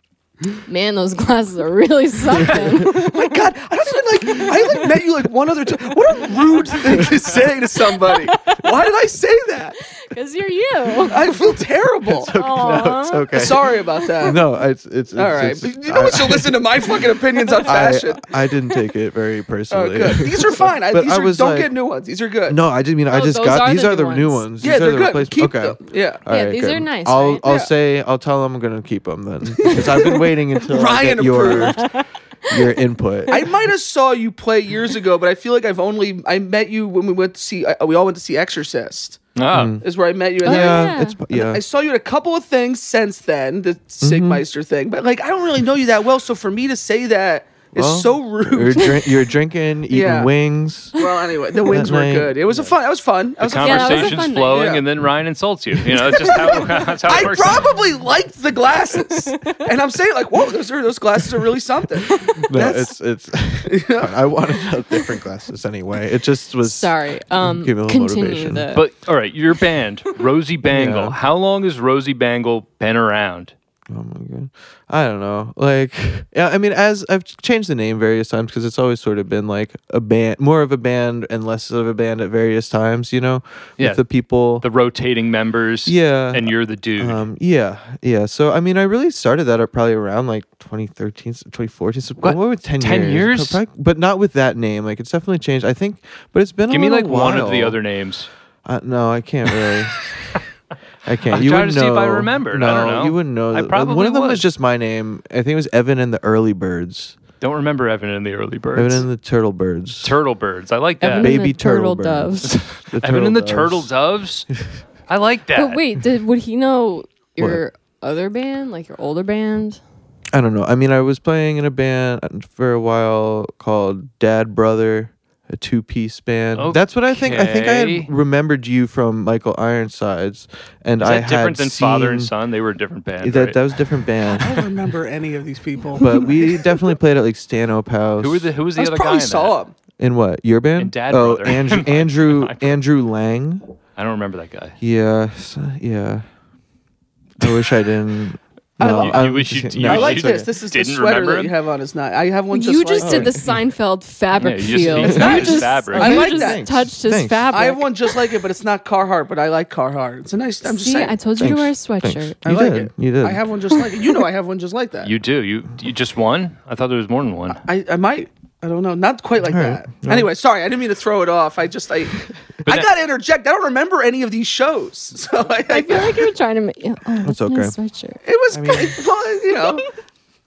S5: Man, those glasses are
S3: [LAUGHS]
S5: really something.
S3: my God, I don't even like. I like met you like one other time. What a rude thing to say to somebody. Why did I say that?
S5: Because you're you.
S3: I feel terrible.
S5: Aw.
S4: It's okay.
S3: Sorry about that.
S4: No, it's it's, it's
S3: All right,
S4: it's-
S3: but you know what? She'll listen to my fucking opinions on
S4: I,
S3: fashion.
S4: I didn't take it very
S3: Oh,
S4: personally.
S3: good. These
S4: [LAUGHS]
S3: are fine. I,
S4: But
S3: these
S4: I
S3: are,
S4: was
S3: don't
S4: like-
S3: get new ones. These are good.
S4: No, I didn't mean. I
S5: Oh,
S4: just
S5: those
S4: got
S5: are
S4: these
S5: the
S4: are the
S5: new
S4: new
S5: ones.
S4: ones.
S3: yeah,
S4: these
S3: they're
S4: are the
S3: good.
S4: replacement-
S3: Keep
S4: okay.
S3: them. Yeah.
S4: All
S5: Yeah,
S4: right,
S5: these
S4: good.
S5: are nice,
S4: I'll
S5: right?
S4: I'll
S3: Yeah.
S4: say I'll tell them I'm gonna keep them then because I've been waiting until I
S3: Ryan
S4: get your your input.
S3: I might have saw you play years ago, but I feel like I've only I met you when we went to see. I, we all went to see Exorcist.
S4: Oh.
S2: Ah.
S3: Is where I met you. And
S5: Oh,
S3: then
S4: [LAUGHS] yeah,
S5: yeah.
S4: it's yeah. Mm-hmm.
S3: I saw you at a couple of things since then, the Sigmeister thing. But like, I don't really know you that well, so for me to say that is
S4: Well,
S3: so
S4: You're,
S3: rude.
S4: drink, you're drinking, eating
S3: Yeah.
S4: wings.
S3: well, anyway, the wings were
S4: night-
S3: good. It was a fun. That was fun. That
S2: The
S3: was a fun.
S5: was a
S2: conversation's
S5: fun night.
S2: flowing,
S3: Yeah.
S2: and then Ryan insults you. You know,
S4: [LAUGHS]
S2: it's just how, [LAUGHS] that's how it
S3: I
S2: works.
S3: probably liked the glasses, and I'm saying like, whoa, those are those glasses are really something.
S4: No,
S3: That's-
S4: it's it's. [LAUGHS] I wanted to have different glasses anyway. It just was
S5: Sorry. Um,
S4: Give me a little
S5: continue
S4: motivation.
S5: the.
S2: But all right, your band, Rosie Bangle.
S4: Yeah.
S2: How long has Rosie Bangle been around?
S4: Oh my god. I don't know. Like, [LAUGHS] yeah, I mean, as I've changed the name various times because it's always sort of been like a band, more of a band and less of a band at various times, you know,
S2: Yeah.
S4: with the people.
S2: The rotating members.
S4: Yeah.
S2: And you're the dude.
S4: um, yeah, yeah. So, I mean, I really started that at probably around like 2013, so 2014. So,
S2: What?
S4: what? with 10,
S2: 10 years?
S4: So probably- but not with that name. Like, it's definitely changed. I think, but it's been a
S2: Give me like
S4: little
S2: one of the
S4: while.
S2: other names.
S4: Uh, no, I can't
S2: [LAUGHS]
S4: really. I can't.
S2: I'm
S4: you
S2: trying
S4: wouldn't
S2: to see if I
S4: know.
S2: remembered.
S4: No,
S2: I don't know.
S4: you wouldn't know.
S2: I
S4: that.
S2: probably
S4: one of them was
S2: would.
S4: just my name. I think it was Evan and the Early Birds.
S2: Don't remember Evan and the Early Birds.
S4: Evan and the Turtle Birds.
S2: turtle Birds. I like that.
S5: Evan
S2: Evan,
S5: and
S4: Baby
S5: the turtle,
S4: turtle bird.
S5: doves.
S2: [LAUGHS]
S4: The
S2: and the
S4: Doves.
S2: Turtle
S4: [LAUGHS]
S2: Doves. I like that.
S5: but wait, did would he know your other band, like your older band?
S4: I don't know. I mean, I was playing in a band for a while called Dad Brother, a two-piece band. That's what I think. I think I
S2: Okay.
S4: had remembered you from Michael Ironsides, and
S2: Is
S4: I
S2: that different
S4: had
S2: than father and
S4: seen
S2: son? They were a different band.
S4: That
S2: right?
S4: that was a different
S3: I
S2: [LAUGHS]
S4: band,
S3: don't remember any of these people.
S4: but we definitely played at like Stanhope House.
S2: who were the who was the
S3: I
S2: other guy?
S3: probably
S2: in that?
S3: saw him.
S4: In what? Your band?
S2: In Dad
S4: oh,
S2: Brother. [LAUGHS]
S4: Andrew Andrew Andrew Lang.
S2: I don't remember that guy.
S4: Yeah, s- yeah. I wish I didn't.
S3: I
S4: No,
S3: love- You-
S2: you
S4: I'm
S2: wish
S4: just
S2: you-
S4: kidding.
S2: you
S3: I
S4: No,
S2: wish
S4: that's
S3: like
S2: you
S4: okay.
S3: this. This is the
S2: Didn't
S3: sweater
S2: remember
S3: that you
S2: him?
S3: have on his night. I have one.
S5: you just
S3: like
S5: did
S3: it.
S5: the Seinfeld fabric
S2: Yeah, you just-
S5: feel.
S2: you just
S3: touched his
S2: fabric.
S5: I
S3: I
S5: you
S3: like
S5: just
S3: that.
S5: touched his
S4: Thanks.
S5: fabric.
S3: I have one just like it, but it's not Carhartt. But I like Carhartt. It's a nice. I'm just
S5: See,
S3: saying.
S5: I told [LAUGHS] you to wear a
S4: Thanks.
S5: sweatshirt.
S3: I
S4: You
S3: like
S4: did.
S3: it.
S4: You did.
S3: I have one just like it. You know, I have one just like
S2: [LAUGHS]
S3: that.
S2: You do. You you just one? I thought there was more than one.
S3: I, I might. I don't know. Not quite like
S4: All right.
S3: that. Anyway, sorry. I didn't mean to throw it off. I
S2: [LAUGHS]
S3: just I I
S2: that-
S3: got to interject. I don't remember any of these shows, [LAUGHS] so I, I,
S5: I feel like you're trying to make. Oh, that's
S4: okay.
S5: okay. Nice sweatshirt.
S3: it was it was, you
S5: [LAUGHS]
S3: know.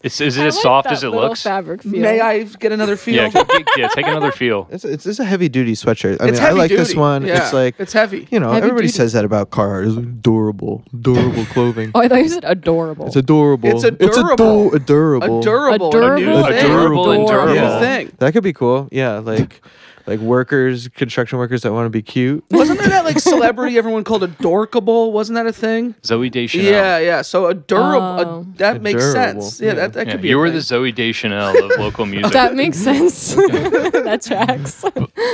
S2: Is, is
S5: I
S2: it as
S5: like
S2: soft
S5: that
S2: as it
S5: little
S2: looks?
S5: Fabric feel.
S3: May I get another feel? [LAUGHS]
S2: Yeah, g- g- yeah, take another feel.
S4: It's, it's, it's a heavy duty sweatshirt. I
S3: It's
S4: mean, I
S3: heavy
S4: like this
S3: duty.
S4: one.
S3: Yeah.
S4: It's like
S3: It's heavy.
S4: You know,
S5: Heavy
S4: everybody
S5: duty.
S4: says that about Carhartt. It's adorable, durable clothing.
S5: Oh, I thought you said adorable.
S4: It's adorable.
S3: It's
S4: adorable.
S3: adorable.
S4: It's adorable.
S3: A durable, a new
S5: Adorable.
S3: thing.
S2: Adorable and
S3: A new
S2: durable.
S3: thing.
S4: That could be cool. Yeah, like like workers, construction workers that want to be cute.
S3: Wasn't there that like celebrity everyone called adorkable? Wasn't that a thing?
S2: Zoe Deschanel.
S3: Yeah, yeah. So a durable
S5: Oh.
S3: a, that makes
S4: Adorable.
S3: sense. Yeah, that, that
S2: Yeah,
S3: could be.
S2: you
S3: a
S2: were
S3: thing.
S2: the Zoe Deschanel of
S3: [LAUGHS]
S2: local music.
S5: That makes sense. [LAUGHS] that tracks.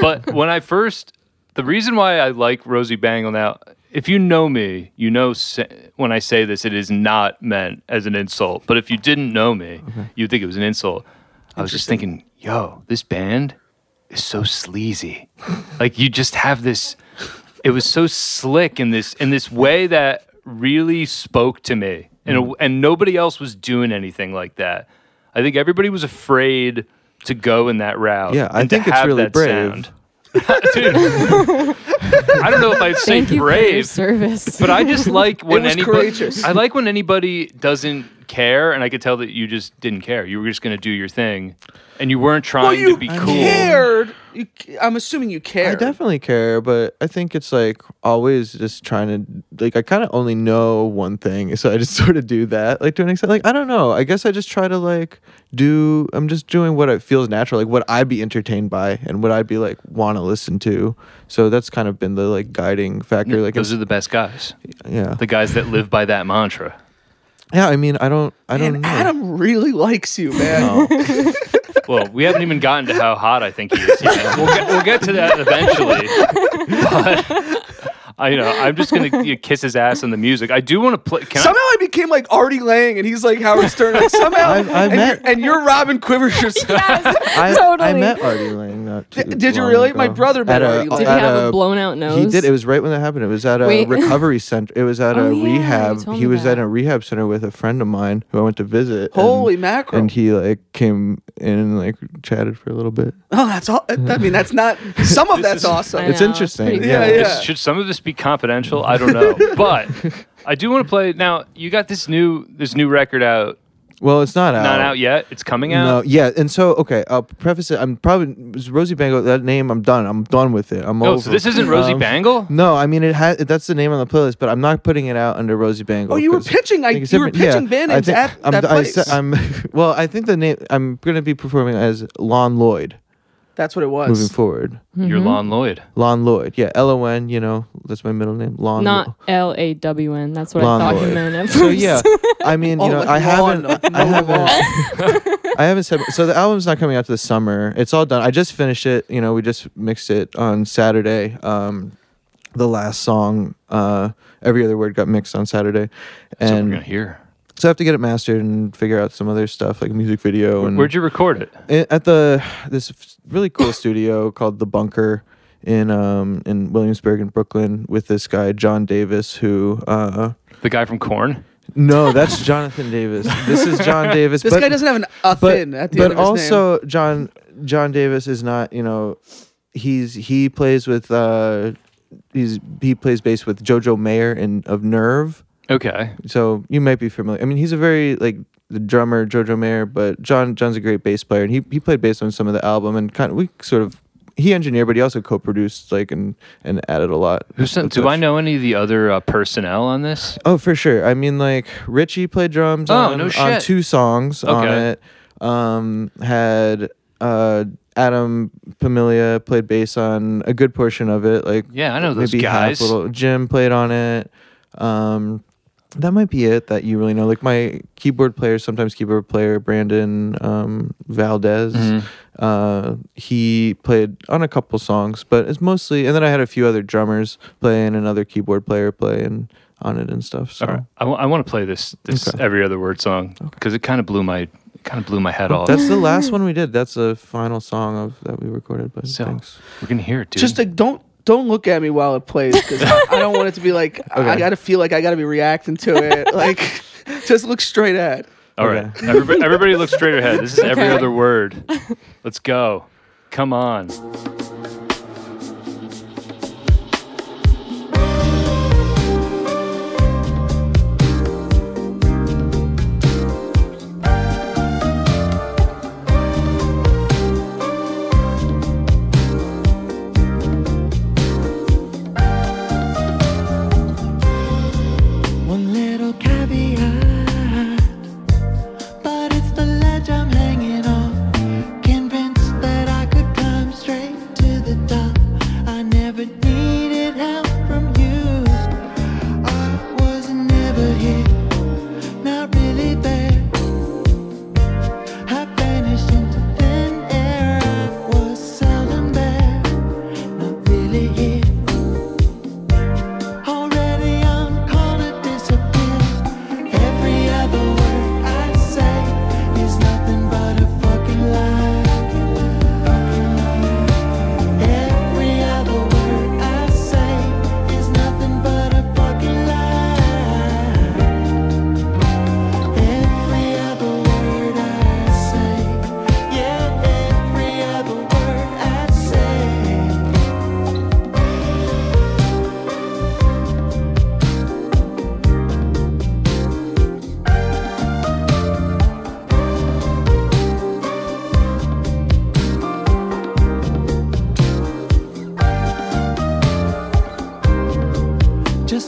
S2: but when I first, the reason why I like Rosie Bangle now if you know me, you know sa- when I say this, it is not meant as an insult. But if you didn't know me, you'd think it was an insult. I was just thinking, yo, this band is so sleazy. like you just have this. It was so slick in this in this way that really spoke to me, and
S4: Mm.
S2: and nobody else was doing anything like that. I think everybody was afraid to go in that route.
S4: Yeah, I
S2: and to
S4: think it's
S2: have
S4: really
S2: that
S4: brave.
S2: sound. [LAUGHS] Dude, I don't know if I'd say
S5: Thank you for your
S2: brave,
S5: service.
S2: but I just
S4: [LAUGHS]
S2: like when
S3: was
S2: anybody.
S3: courageous.
S2: I like when anybody doesn't care, and I could tell that you just didn't care. You were just going to do your thing, and you weren't trying
S3: Well, Oh, you
S2: to be cool.
S3: cared. You, I'm assuming you cared.
S4: I definitely care, but I think it's like always just trying to like I kind of only know one thing, [LAUGHS] so I just sort of do that like to an extent. Like I don't know. I guess I just try to like do. I'm just doing what it feels natural, like what I'd be entertained by and what I'd be like want to listen to. So that's kind of been the like guiding factor. Like
S2: Those
S4: it's-
S2: are the best guys.
S4: yeah,
S2: The guys that live by that mantra.
S4: yeah. I mean, I don't. I don't.
S3: And
S4: know.
S3: Adam really likes you, man.
S2: Well, we haven't even gotten to how hot I think he is. Yet. We'll, get, we'll get to that eventually. But, I, you know, I'm just going to you know, kiss his ass in the music. I do want to play. Can
S3: Somehow I became like Artie Lang, and he's like Howard Stern. Like, somehow,
S4: I've-
S3: [LAUGHS]
S4: I've
S3: and,
S4: met-
S3: you're, and you're Robin Quivers.
S4: [LAUGHS] I,
S5: Totally.
S4: I met Artie Lang. Not too
S3: Di- did you
S4: long
S3: really?
S4: ago.
S3: My brother met
S4: At
S3: Artie Lang.
S5: Did
S4: at
S5: he have a blown out nose?
S4: He did. It was right when that happened. It was at a
S5: Wait. [LAUGHS]
S4: recovery center. It was at
S5: Oh,
S4: a
S5: yeah, you
S4: rehab.
S5: told
S4: He
S5: me
S4: was
S5: that.
S4: at a rehab center with a friend of mine who I went to visit. and-
S3: Holy mackerel.
S4: And he like came in and like chatted for a little bit.
S3: oh, that's all. I mean, that's not. Some of that's awesome.
S5: I
S4: it's
S5: know,
S4: interesting,
S5: pretty
S4: yeah.
S5: cool.
S3: Yeah,
S2: This- should some of this be confidential? I don't know, but I do want to play. Now you got this new this new record out,
S4: Well, it's not out.
S2: not out yet. It's coming
S4: No,
S2: out.
S4: yeah, and so okay, I'll preface it. I'm probably Rosie Bangle. That name, I'm done. I'm done with it. I'm
S2: No,
S4: over.
S2: Oh, so this isn't
S5: Oh.
S2: Rosie
S4: Um,
S2: Bangle.
S4: No, I mean it has. That's the name on the playlist, but I'm not putting it out under Rosie Bangle.
S3: Oh, you were
S4: 'cause
S3: pitching- I-
S4: think it's
S3: you were
S4: different.
S3: pitching band names at
S4: I'm,
S3: that
S4: I said-
S3: place.
S4: I'm [LAUGHS] well. I think the name I'm going to be performing as Lon Lloyd
S3: that's what it
S4: moving
S3: was.
S4: forward.
S2: You're Lon Lloyd.
S4: Lon Lloyd, yeah, L O N. You know, that's my middle name. Lon.
S5: Not
S4: Lo-
S5: L A W N. That's what
S4: Lawn
S5: I thought
S4: Lloyd.
S5: you meant at first. [LAUGHS]
S4: So yeah, I mean, you
S3: Oh,
S4: know,
S3: like
S4: I
S3: lawn,
S4: haven't,
S3: like
S4: I
S3: mowing
S4: haven't,
S3: lawn.
S4: [LAUGHS] I haven't said. So the album's not coming out to the summer. It's all done. I just finished it. You know, we just mixed it on Saturday. Um, the last song, uh, every other word got mixed on Saturday,
S2: That's what we're
S4: and
S2: gonna hear.
S4: so I have to get it mastered and figure out some other stuff like music video and
S2: Where'd you record it?
S4: i- eh, at the this f- really cool studio called the Bunker in um in Williamsburg in Brooklyn with this guy John Davis who uh
S2: The guy from Corn.
S4: no
S3: [LAUGHS]
S4: that's Jonathan Davis this is John Davis
S3: This
S4: but-
S3: guy doesn't have an a thin at the
S4: but
S3: end of his name.
S4: also John John Davis is not you know he's he plays with uh he's he plays bass with JoJo Mayer and of Nerve
S2: Okay.
S4: so you might be familiar. I mean, he's a very like the drummer Jojo Mayer, but John John's a great bass player, and he he played bass on some of the album, and kind of we sort of he engineered, but he also co-produced like and and added a lot.
S2: Who sent? Do I know any of the other uh, personnel on this?
S4: Oh, for sure. I mean, like Richie played drums
S2: Oh,
S4: on,
S2: no
S4: on
S2: shit.
S4: two songs on
S2: Okay.
S4: it. Um, had uh Adam Pamilia played bass on a good portion of it. Like
S2: Yeah, I know those
S4: maybe
S2: guys.
S4: Half little Jim played on it. Um, that might be it that you really know. Like my keyboard player, sometimes keyboard player Brandon um, Valdez, uh, he played on a couple songs, but it's mostly. And then I had a few other drummers play and another keyboard player play and on it and stuff. So
S2: All right. I, want to play this this
S4: Okay.
S2: every other word song because it kind of blew my kind of blew my head off.
S4: that's the last one we did. That's the final song of that we recorded. But
S2: so
S4: thanks.
S2: we're gonna hear it, dude.
S3: just like don't don't look at me while it plays because I, I don't want it to be like I- I gotta feel like I gotta be reacting to it. Like, just look straight at.
S2: All right. Everybody, everybody look straight ahead. This is every other word. Let's go. Come on.
S6: One little caveat, but it's the ledge I'm hanging on. Convinced that I could climb straight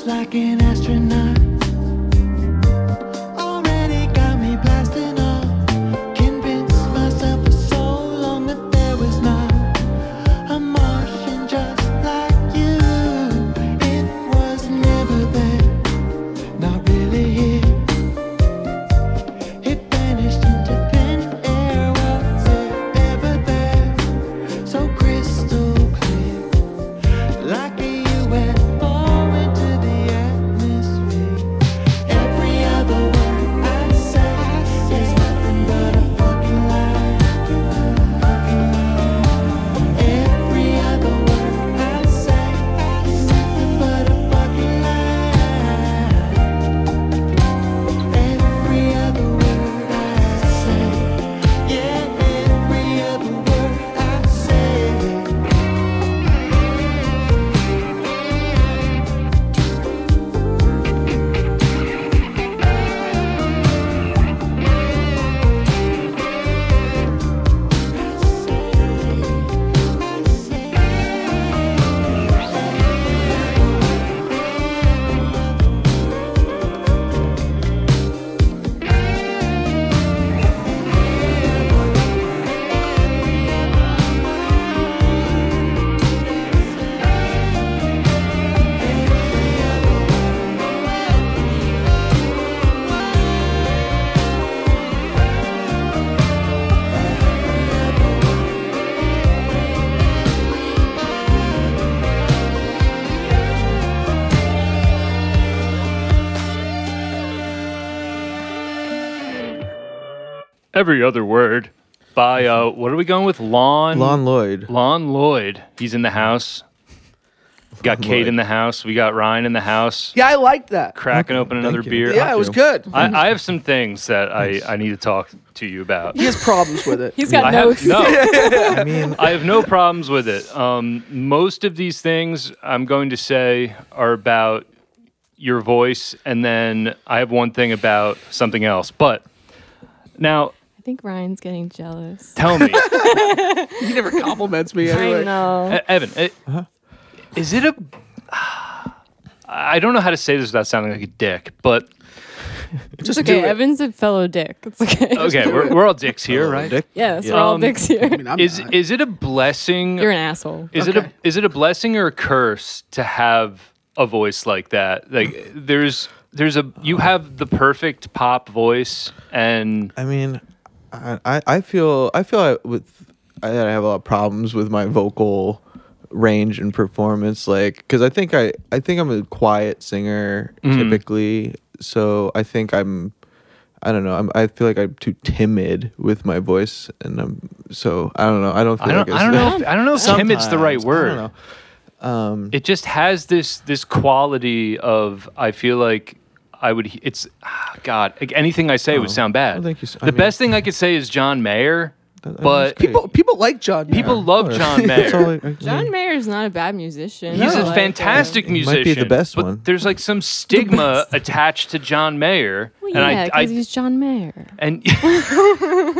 S6: like an astronaut. Already got me blasting off. Convinced myself for so long that there was not a Martian just like you. It was never there, not really here. It vanished into thin air. Was it ever there? So crystal clear. Like a UFO into the atmosphere. Every other word I say is nothing but a fucking lie. Every other word I say is nothing but a fucking lie. Every other word I say, yeah, every other word I say.
S2: Every other word by uh, what are we going with? Lon
S4: Lon Lloyd.
S2: Lon Lloyd. He's in the house. Got Kate
S4: Lloyd.
S2: in the house. We got Ryan in the house.
S3: Yeah, I liked that.
S2: Cracking open another
S4: you.
S2: beer.
S3: Yeah, it was good.
S2: I, I have some things that I, I need to talk to you about.
S3: He has problems with it.
S5: [LAUGHS] He's got
S2: I
S5: no.
S2: have no.
S4: I mean,
S2: I have no problems with it. Um, most of these things I'm going to say are about your voice, and then I have one thing about something else. But now,
S5: I think Ryan's getting jealous.
S2: tell me,
S3: He
S5: [LAUGHS]
S3: never compliments me
S5: I
S3: anyway.
S5: know.
S2: E- Evan, it- is it a? I don't know how to say this without sounding like a dick, but
S3: Just
S5: It's okay,
S3: do it.
S5: Evan's a fellow dick. It's okay.
S2: okay, we're, we're all dicks here, right?
S4: Dick.
S5: [LAUGHS] Yes,
S2: Yeah.
S5: we're all
S2: Um,
S5: dicks here.
S3: I mean, I'm
S2: Is
S3: not.
S2: is it a blessing?
S5: You're an asshole.
S2: Is it a
S3: Okay.
S2: is it a blessing or a curse to have a voice like that? Like there's there's a you have the perfect pop voice and
S4: I mean, I, I, I feel I feel I, with I, that I have a lot of problems with my vocal range and performance, like because I think I I think I'm a quiet singer
S2: Mm-hmm.
S4: typically, so I think I'm I don't know I'm, I feel like I'm too timid with my voice, and I'm so I don't know I don't feel
S2: I don't
S4: like
S2: I don't
S4: [LAUGHS]
S2: know if, I don't know if timid's
S4: it's
S2: the right
S4: I don't
S2: word.
S4: know.
S2: It just has this this quality of I feel like I would he- it's ah, God like, anything I say would sound bad.
S4: Oh. well, thank you so-
S2: the
S4: I mean-
S2: best thing I could say is John Mayer,
S4: That- that's
S2: but
S4: great.
S3: people, people like John. Mayer.
S2: people love John
S4: [LAUGHS] That's all
S2: Mayer.
S4: I- I-
S5: John Mayer's not a bad musician.
S2: He's
S5: I
S2: a
S5: like him.
S2: fantastic
S4: He
S2: musician.
S4: might be the best
S2: but
S4: one.
S2: There's like some stigma attached to John Mayer,
S5: Well,
S2: and
S5: yeah,
S2: I, I
S5: because he's John Mayer. [LAUGHS]
S2: And [LAUGHS]
S4: I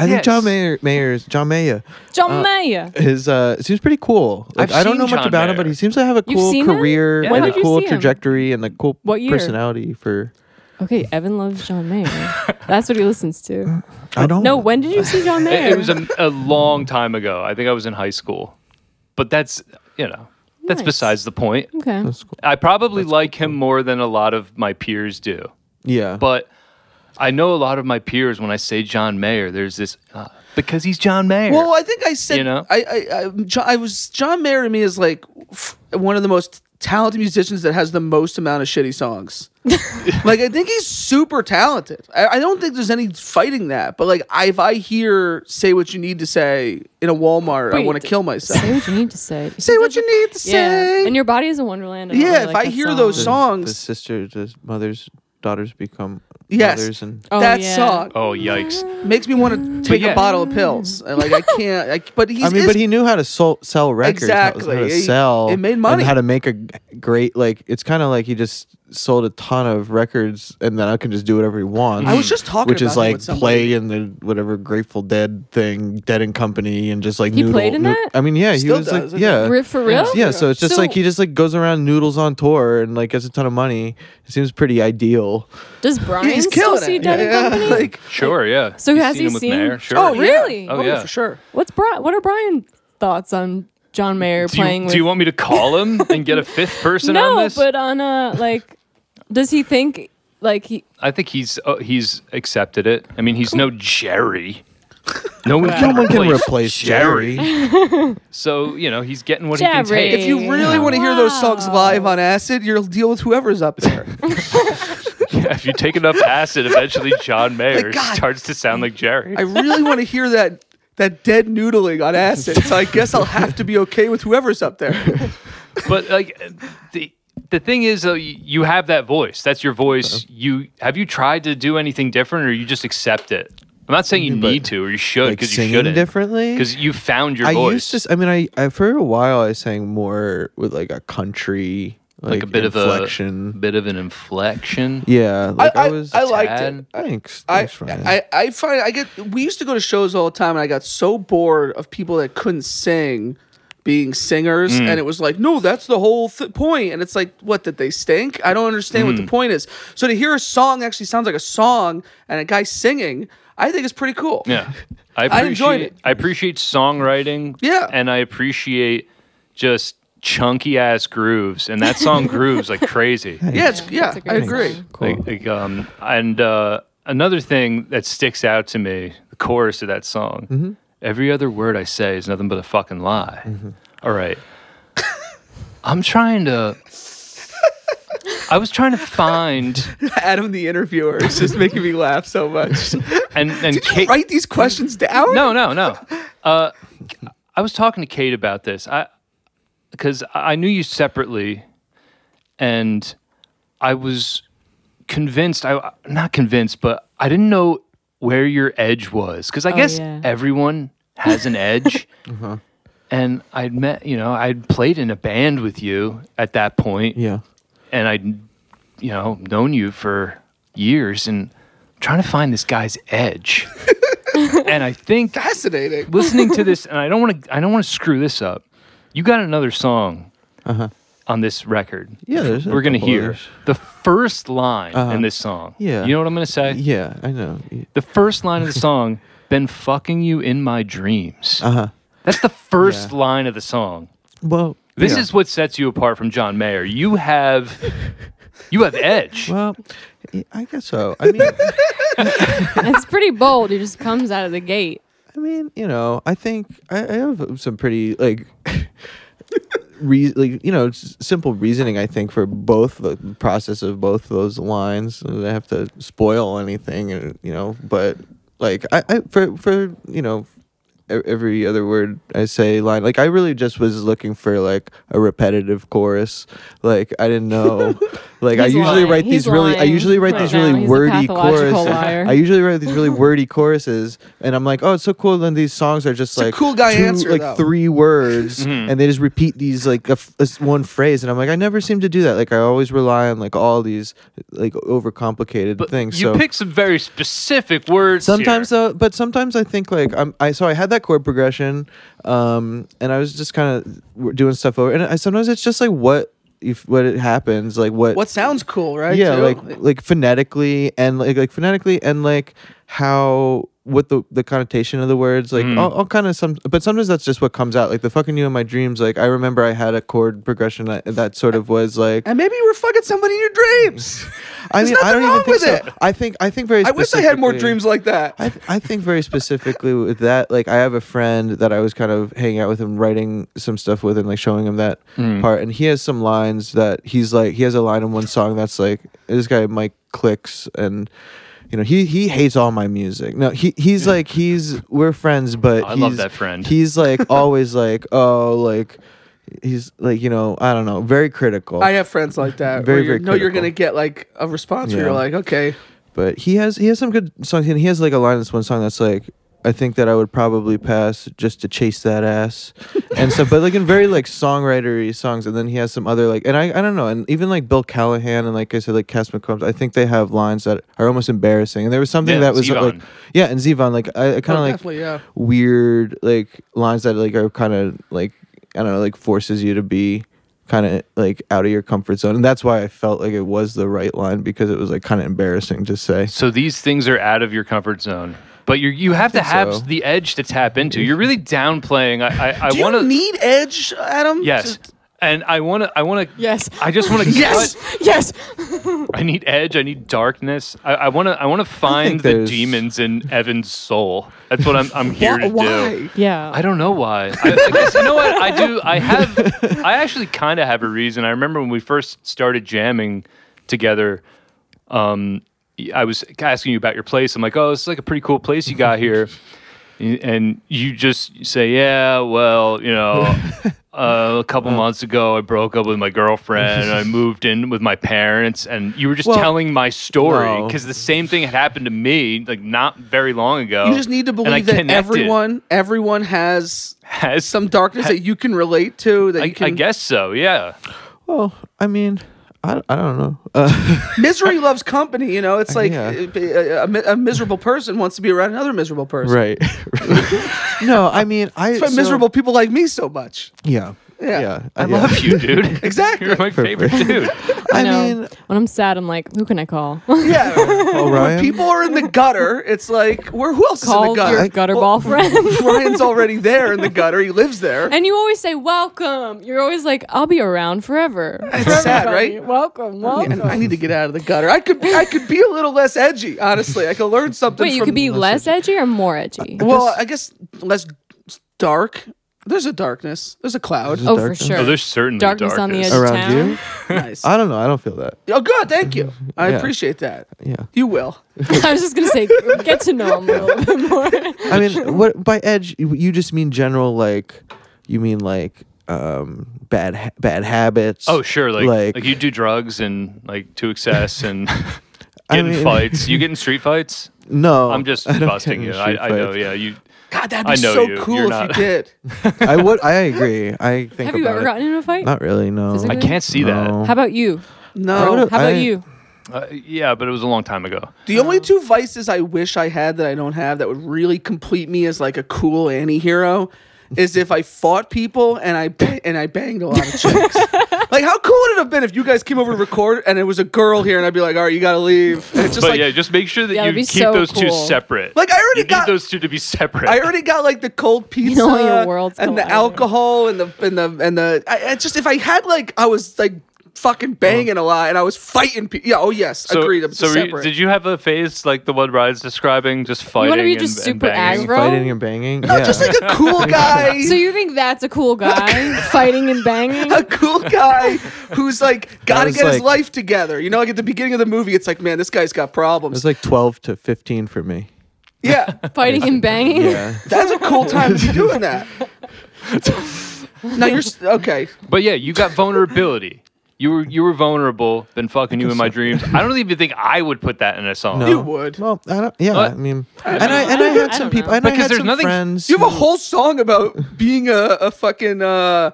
S4: think
S2: Yes.
S4: John Mayer, Mayer's John Mayer
S5: John Mayer.
S4: is uh seems pretty cool. Like
S2: I've
S4: I don't know
S2: seen
S4: much
S2: John
S4: about him,
S2: Mayer.
S4: but he seems to have a
S5: You've
S4: cool
S5: seen him?
S4: career
S2: Yeah. When
S4: and
S5: did
S4: a
S5: you
S4: cool
S5: see him?
S4: trajectory and a cool
S5: What year?
S4: personality for
S5: Okay, Evan loves John Mayer. That's what he listens to.
S4: I don't
S5: No, when did you see John Mayer?
S2: it, it was a, a long time ago. I think I was in high school, but that's you know that's
S5: Nice.
S2: besides the point.
S5: okay.
S4: That's cool.
S2: I probably like him more than a lot of my peers do,
S4: Yeah.
S2: but I know a lot of my peers when I say John Mayer, there's this uh, because he's John Mayer.
S5: uh,
S3: Well, I think I said
S2: You know?
S3: I, I I Jo- I was John Mayer to me is like f- one of the most talented musicians that has the most amount of shitty songs.
S4: [LAUGHS]
S3: like I think he's super talented. I, I don't think there's any fighting that. But like I, if I hear "Say What You Need to Say" in a Walmart, I
S5: Wait,
S3: want to
S5: d-
S3: kill myself.
S5: [LAUGHS] Say what you need to say.
S3: Say what you need to
S5: Yeah,
S3: say.
S5: and your body is a wonderland. and
S3: Yeah,
S5: really
S3: if
S5: like
S3: I
S5: that
S3: hear
S5: song.
S3: those
S4: the,
S3: songs-
S4: The sister, the mother's daughters become
S3: Yes,
S4: mothers and
S5: Oh,
S3: that
S5: yeah.
S3: song
S2: Oh yikes!
S3: makes me want to take
S2: yeah.
S3: a bottle of pills. I- Like I can't. Like, but he's
S4: I mean,
S3: is-
S4: but he knew how to sol- sell records, how-
S3: Exactly.
S4: how to
S3: It-
S4: sell,
S3: it made money.
S4: and how to make a g- great like. It's kind of like he just sold a ton of records, and then I can just do whatever he wants.
S3: I was just talking
S4: which
S3: about
S4: is
S3: that
S4: like
S3: with somebody.
S4: play in the whatever Grateful Dead thing, Dead and Company, and just like
S5: He
S4: noodle-
S5: played in
S4: noo-
S5: that?
S4: I mean, yeah, he
S3: Still
S4: was
S3: does, I
S4: like,
S3: think.
S4: yeah,
S5: Riff for real?
S4: yeah. So it's just like he just like goes around noodles on tour and like gets a ton of money. It seems pretty ideal.
S5: does Brian
S3: he's
S5: still
S3: killing
S5: see
S3: it.
S5: Dead
S3: [LAUGHS]
S5: and
S3: Yeah,
S5: Company?
S3: like
S2: Sure, yeah.
S5: So
S2: You've
S5: has he
S2: him with
S5: seen-
S2: Mayer? Sure.
S3: oh
S5: yeah. really?
S2: Oh, yeah.
S3: for sure.
S5: What's Brian? What are Brian's thoughts on John Mayer
S2: Do
S5: playing
S2: you,
S5: with?
S2: do you want me to call him and get a
S5: [LAUGHS]
S2: fifth person
S5: no,
S2: on this?
S5: but on a like, does he think like he?
S2: I think he's uh, he's accepted it. I mean, he's no Jerry. No
S4: [LAUGHS]
S2: one
S4: No
S2: can
S4: one
S2: replace,
S4: can replace Jerry.
S2: So you know he's getting what he can
S5: Jerry.
S2: take.
S3: If you really want to hear those songs live on acid, you'll deal with whoever's up
S5: [LAUGHS]
S3: there.
S2: Yeah, if you take [LAUGHS] enough acid, eventually John Mayer
S3: God.
S2: starts to sound like Jerry.
S3: I really want to hear that that dead noodling on acid. So I guess I'll have to be okay with whoever's up
S5: [LAUGHS]
S3: there.
S2: but like the the thing is, though, you you have that voice. That's your
S4: Uh-huh.
S2: voice. You have you tried to do anything different, or you just accept it? I'm not saying you
S4: But,
S2: need to, or you should,
S4: like
S2: because you
S4: singing
S2: shouldn't.
S4: differently?
S2: because you found your
S4: I
S2: voice.
S4: used to. s- I mean, I, I for a while I sang more with like a country, like,
S2: like, a bit of a
S4: inflection.
S2: bit of an inflection.
S4: Yeah, like I,
S3: I-
S4: was.
S3: I liked
S2: Tad.
S3: it.
S4: thanks.
S3: I,
S4: Thanks, Ryan.
S3: I I find I get we used to go to shows all the time, and I got so bored of people that couldn't sing being singers, and it was like, no, that's the whole th- point. And it's like, what did they stink? I don't understand what the point is. So to hear a song actually sounds like a song and a guy singing, I think is pretty cool.
S2: Yeah. [LAUGHS] I appreciate
S3: I enjoyed it.
S2: I appreciate songwriting.
S3: Yeah.
S2: And I appreciate just chunky ass grooves. And that
S3: [LAUGHS]
S2: song grooves like crazy.
S3: yeah, it's, yeah,
S5: that's a
S3: I
S5: great
S3: agree.
S5: song.
S4: cool.
S2: Like, like, um and uh another thing that sticks out to me, the chorus of that song.
S3: Mm-hmm.
S2: Every other word I say is nothing but a fucking lie. All right. I'm trying to I was trying to
S3: [LAUGHS]
S2: find
S3: Adam, the interviewer, is just making me laugh so [LAUGHS] much.
S2: and and
S3: Did you
S2: Kate-
S3: write these questions down?
S2: no, no, no. Uh, I was talking to Kate about this. I because I knew you separately, and I was convinced. I not convinced, but I didn't know where your edge was because I guess
S5: yeah.
S2: everyone has an edge. And I'd met, you know, I'd played in a band with you at that point
S4: yeah,
S2: and I'd you know known you for years and trying to find this guy's edge. and I think
S3: Fascinating.
S2: listening to this, and I don't want to I don't want to screw this up. You got another song on this record.
S4: Uh-huh. Yeah, there's a
S2: we're gonna
S4: couple
S2: hear
S4: others. Uh-huh.
S2: the first line in this song.
S4: Yeah.
S2: you know what I'm gonna say.
S4: yeah. I know. Y-
S2: The first line of the
S4: [LAUGHS]
S2: song, "Been fucking you in my dreams."
S4: Uh-huh.
S2: Uh huh. That's the first line of the song.
S4: Well,
S2: This
S4: yeah.
S2: is what sets you apart from John Mayer. You have, you
S4: [LAUGHS]
S2: have edge.
S4: well. y- I guess so. I mean,
S5: It's pretty bold. He just comes out of the gate.
S4: I mean, you know, I think I, I have some pretty like. [LAUGHS] Re- like you know s- simple reasoning i think for both the process of both those lines and i have to spoil anything and you know but like i, I for for you know e- every other word i say line like i really just was looking for like a repetitive chorus like i didn't know like i
S5: He's
S4: usually
S5: lying.
S4: write
S5: He's
S4: these really i
S5: lying
S4: usually write
S5: right
S4: these
S5: now.
S4: really
S5: He's a
S4: wordy
S5: pathological
S4: choruses
S5: liar.
S4: i usually write these really wordy choruses and i'm like oh it's so cool then these songs are just
S3: a
S4: like
S3: cool guy
S4: two-
S3: answer,
S4: like
S3: though.
S2: [LAUGHS]
S4: three words
S2: Mm-hmm.
S4: and they just repeat these like a f- a s- one phrase and i'm like i never seem to do that like i always rely on like all these like overcomplicated
S2: But
S4: things
S2: you
S4: so
S2: pick some very specific words.
S4: sometimes
S2: here.
S4: though but sometimes i think like i'm i so i had that chord progression um and i was just kind of doing stuff over and i sometimes it's just like what if what it happens like what
S3: What sounds cool, right?
S4: yeah
S3: too?
S4: like like phonetically and like like phonetically and like how what the the connotation of the words
S3: Mm.
S4: like all, all kind of some but sometimes that's just what comes out like the fucking you in my dreams like i remember i had a chord progression that, that sort of was like
S3: and maybe you were fucking somebody in your
S4: [LAUGHS]
S3: dreams. [LAUGHS]
S4: i
S3: there's
S4: mean i
S3: nothing
S4: don't
S3: wrong
S4: even think
S3: with
S4: so. i think i think very
S3: I wish I had more
S4: specifically-
S3: dreams like that.
S4: I, th- I think very specifically with that, like I have a friend that I was kind of hanging out with him, writing some stuff with, and like showing him that
S2: Mm.
S4: part. And he has some lines that he's like, he has a line in one song that's like, this guy Mike clicks, and you know he he hates all my music. No, he he's like he's we're friends, but
S2: I love
S4: he's-
S2: that friend.
S4: He's like always like oh like he's like you know I don't know very critical.
S3: I have friends like that. where
S4: Very,
S3: you
S4: very
S3: know you're
S4: critical.
S3: gonna get like a response where
S4: Yeah.
S3: you're like, okay,
S4: But he has he has some good songs, and he has like a line in this one song that's like, "I think that I would probably pass just to chase that ass," and stuff. But like in very like songwritery songs, and then he has some other like, and I I don't know, and even like Bill Callahan and like I said like Cass McCombs, I think they have lines that are almost embarrassing. And there was something
S2: Yeah,
S4: that was like,
S2: Zevon.
S4: yeah, and Zevon like I, I kind
S3: Oh,
S4: of like
S3: definitely, yeah.
S4: weird like lines that like are kind of like I don't know like forces you to be kind of like out of your comfort zone and that's why I felt like it was the right line because it was like kind of embarrassing to say.
S2: So these things are out of your comfort zone. But you you have to have
S4: so.
S2: the edge to tap into. You're really downplaying. I I,
S3: Do
S2: I
S3: you
S2: want to
S3: need edge, Adam?
S2: yes,
S3: To-
S2: and I want to I want to
S5: Yes.
S2: I just
S3: [LAUGHS]
S2: want to
S3: Yes.
S5: yes.
S2: I need edge. I need darkness. I want to I want to find the
S4: there's-
S2: demons in Evan's soul. That's what I'm I'm here
S3: Why?
S2: to do.
S3: Uh, why?
S5: Yeah.
S2: I don't know why. I, I guess, you know what? I do. I have. I actually kind of have a reason. I remember when we first started jamming together. Um, y- I was asking you about your place. I'm like, oh, it's like a pretty cool place you got here, Y- and you just say, yeah, well, you
S3: [LAUGHS]
S2: know. Uh, a couple months ago, I broke up with my girlfriend.
S3: [LAUGHS]
S2: and I moved in with my parents, and you were just
S4: Well,
S2: telling my story
S4: no.
S2: because the same thing had happened to me like not very long ago.
S3: You just need to
S2: Oh. and I
S3: believe that
S2: connected.
S3: everyone everyone has
S2: has
S3: some darkness that you can relate to. That
S2: I,
S3: you can
S2: I guess so. Yeah.
S4: Well, I mean, I, I don't know. [LAUGHS] Uh,
S3: misery loves company. You know, it's like
S4: yeah.
S3: uh, a, a mi- a miserable person wants to be around another miserable person.
S4: right. [LAUGHS] no, I mean, I
S3: That's why
S4: so-
S3: miserable people like me so much.
S4: Yeah.
S3: Yeah.
S4: I
S2: Love you, dude.
S3: [LAUGHS] Exactly.
S2: You're my favorite
S3: [LAUGHS]
S2: dude.
S4: I
S5: know. [LAUGHS]
S4: mean,
S5: when I'm sad, I'm like, who can I call?
S3: Yeah.
S4: Orion.
S3: people are in the gutter. It's like, where who else
S5: call
S3: is in the
S5: your
S3: gutter?
S5: gutter ball friend. [LAUGHS]
S3: [LAUGHS] Ryan's already there in the gutter. He lives there.
S5: and you always say welcome. You're always like, I'll be around forever. For
S3: sad,
S5: everybody.
S3: right?
S5: Welcome, welcome.
S3: I need to get out of the gutter. I could be, I could be a little less edgy, honestly. I could learn something.
S5: Wait, you
S3: from-
S5: could be less edgy or more edgy?
S3: Well, I guess less dark. There's a darkness. There's a cloud. Oh,
S5: oh, for
S4: darkness.
S5: sure.
S2: Oh, there's certainly
S5: darkness on the edge of
S4: Around
S5: town.
S4: you?
S3: nice.
S4: [LAUGHS] I don't know. I don't feel that.
S3: oh, good. Thank you. I
S4: Yeah.
S3: appreciate that.
S4: Yeah.
S3: You will.
S5: [LAUGHS] I was just gonna say, get to know him a little bit
S3: [LAUGHS]
S5: more.
S4: I mean, what by edge you- you just mean general like you mean like um bad ha- bad habits.
S2: Oh, sure. Like, like,
S4: Like-
S2: you do drugs and like to excess
S3: [LAUGHS]
S2: and [LAUGHS] get
S4: I
S2: in
S4: mean-
S2: fights. You get in street fights?
S4: No,
S2: I'm just
S4: [LAUGHS] I don't
S2: busting
S4: get
S2: you.
S4: into
S2: I,
S4: street
S2: I know.
S4: fights.
S2: Yeah. You.
S3: God, that'd
S2: I
S3: be
S2: know
S3: so
S2: you.
S3: cool
S2: You're
S3: if
S2: not- [LAUGHS]
S3: you did.
S4: I would. I agree. I think.
S5: Have you
S4: about
S5: ever
S4: it.
S5: gotten in a fight?
S4: Not really. No.
S2: I
S5: Physically?
S2: can't see
S4: No.
S5: How about you?
S3: No.
S4: would've-
S5: How about
S4: I-
S5: you?
S2: that. Uh, yeah, but it was a long time ago.
S3: The only two vices I wish I had that I don't have that would really complete me as like a cool anti-hero is if I fought people and I ba- and I banged a lot of
S5: [LAUGHS]
S3: chicks. like how cool would it have been if you guys came over to record and it was a girl here and I'd be like, "All right, you got to leave." And it's just
S2: but
S3: like
S2: yeah, just make sure that
S5: Yeah,
S2: you
S5: that'd be
S2: keep
S5: so
S2: those two
S5: cool.
S2: separate.
S3: Like, I already
S2: you
S3: got-
S2: need those two to be separate.
S3: I already got like the cold pizza
S5: know, your worlds
S3: and the
S5: collided.
S3: alcohol and the and the and the. I, I just if I had like I was like fucking banging a lot and I was fighting. Pe- yeah. Oh yes,
S2: so,
S3: agreed. I'm
S2: so were you-
S3: separate.
S2: did you have a phase like the one Ryan's describing, just fighting
S5: wanna be
S2: and,
S5: just
S2: and
S5: super
S2: banging?
S5: aggro?
S4: Fighting and banging.
S3: No,
S4: yeah.
S3: just like
S2: [LAUGHS]
S3: a cool guy.
S5: So you think that's a
S3: [LAUGHS]
S5: cool guy, fighting and banging?
S3: a cool guy who's
S4: [LAUGHS]
S3: like got to
S4: was
S3: get his
S4: like-
S3: life together. You know, like at the beginning of the movie, it's like, man, this guy's got
S4: it [LAUGHS]
S3: problems.
S4: was like twelve to fifteen for me.
S3: yeah,
S5: Fighting and banging?
S4: Yeah.
S3: that's a cool time to be doing that. now you're s- okay.
S2: But yeah, you got vulnerability. You were you were vulnerable. Been fucking you in my dreams. I don't even think I would put that in a song.
S4: No.
S3: You would.
S4: Well, I don't. Yeah.
S2: What?
S4: I mean, and I and I had
S5: I
S4: some
S5: don't
S4: people.
S5: know.
S4: And I
S2: Because
S4: had
S2: there's
S4: some
S2: nothing-
S4: friends.
S3: You have a
S4: who-
S3: whole song about being a, a fucking uh,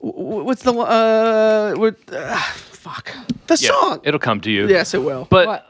S3: w- what's the one- uh, what, uh fuck the
S2: Yeah,
S3: song?
S2: It'll come to you.
S3: yes, it will.
S2: But
S5: What?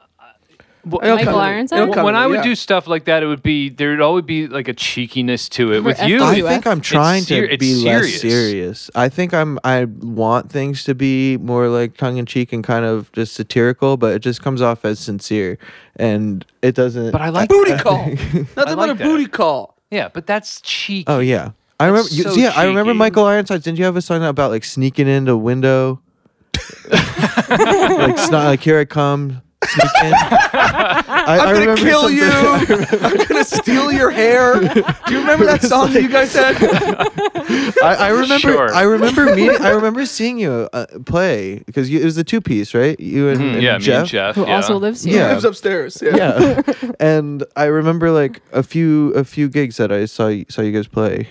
S2: Well,
S3: It'll
S5: Michael
S3: come to me.
S5: Ironside?
S3: It'll
S2: when
S3: come to
S2: I
S3: me,
S2: would
S3: yeah.
S2: do stuff like that, it would be there'd always be like a cheekiness to it. With you,
S5: FWF.
S4: I think I'm trying
S2: ser-
S4: to
S2: it's
S4: be
S2: serious.
S4: less serious. I think I'm. I want things to be more like tongue in cheek and kind of just satirical, but it just comes off as sincere, and it doesn't.
S2: but I like
S3: booty call.
S4: [LAUGHS]
S3: Nothing but
S2: like
S3: a
S2: that.
S3: booty call.
S2: Yeah, but that's cheeky.
S4: Oh yeah, I remember. You,
S2: so
S4: yeah, I remember
S2: cheeky.
S4: Michael Ironside. Didn't you have a song about like sneaking
S2: [LAUGHS]
S4: into window? like sni- like here I come. Sneak
S2: [LAUGHS]
S4: in. I,
S3: I'm gonna kill
S4: something-
S3: you. [LAUGHS] I'm gonna steal your hair. Do you remember that song that you guys
S4: [LAUGHS]
S3: had?
S4: I, [LAUGHS]
S2: [LAUGHS]
S4: I remember.
S2: Sure.
S4: I remember meeting. I remember seeing you uh, play because it was the two piece, right? You and, and
S2: Mm-hmm. yeah, me
S4: Jeff.
S2: and Jeff.
S5: Who
S2: yeah.
S5: also lives here.
S4: Yeah.
S3: It was upstairs. Yeah.
S4: yeah [LAUGHS] and i remember like a few a few gigs that i saw y- saw you guys play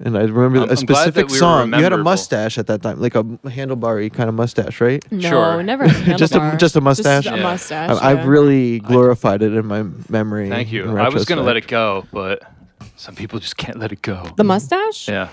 S4: And I remember
S2: I'm-
S4: a
S2: I'm glad that
S4: specific
S2: we were
S4: song. You had a
S2: rememberable.
S4: mustache at that time, like a handlebar kind of mustache, right?
S5: No,
S2: Sure.
S5: never.
S4: [LAUGHS]
S5: a
S4: Just a-
S5: handlebar.
S4: just a mustache?
S5: Just a
S2: Yeah.
S5: Mm, mustache.
S4: I, I've
S5: yeah.
S4: really glorified it in my memory.
S2: Thank you.
S4: in
S2: I was going to let
S4: retrospect.
S2: it go, but some people just can't let it go.
S5: the mustache.
S2: yeah.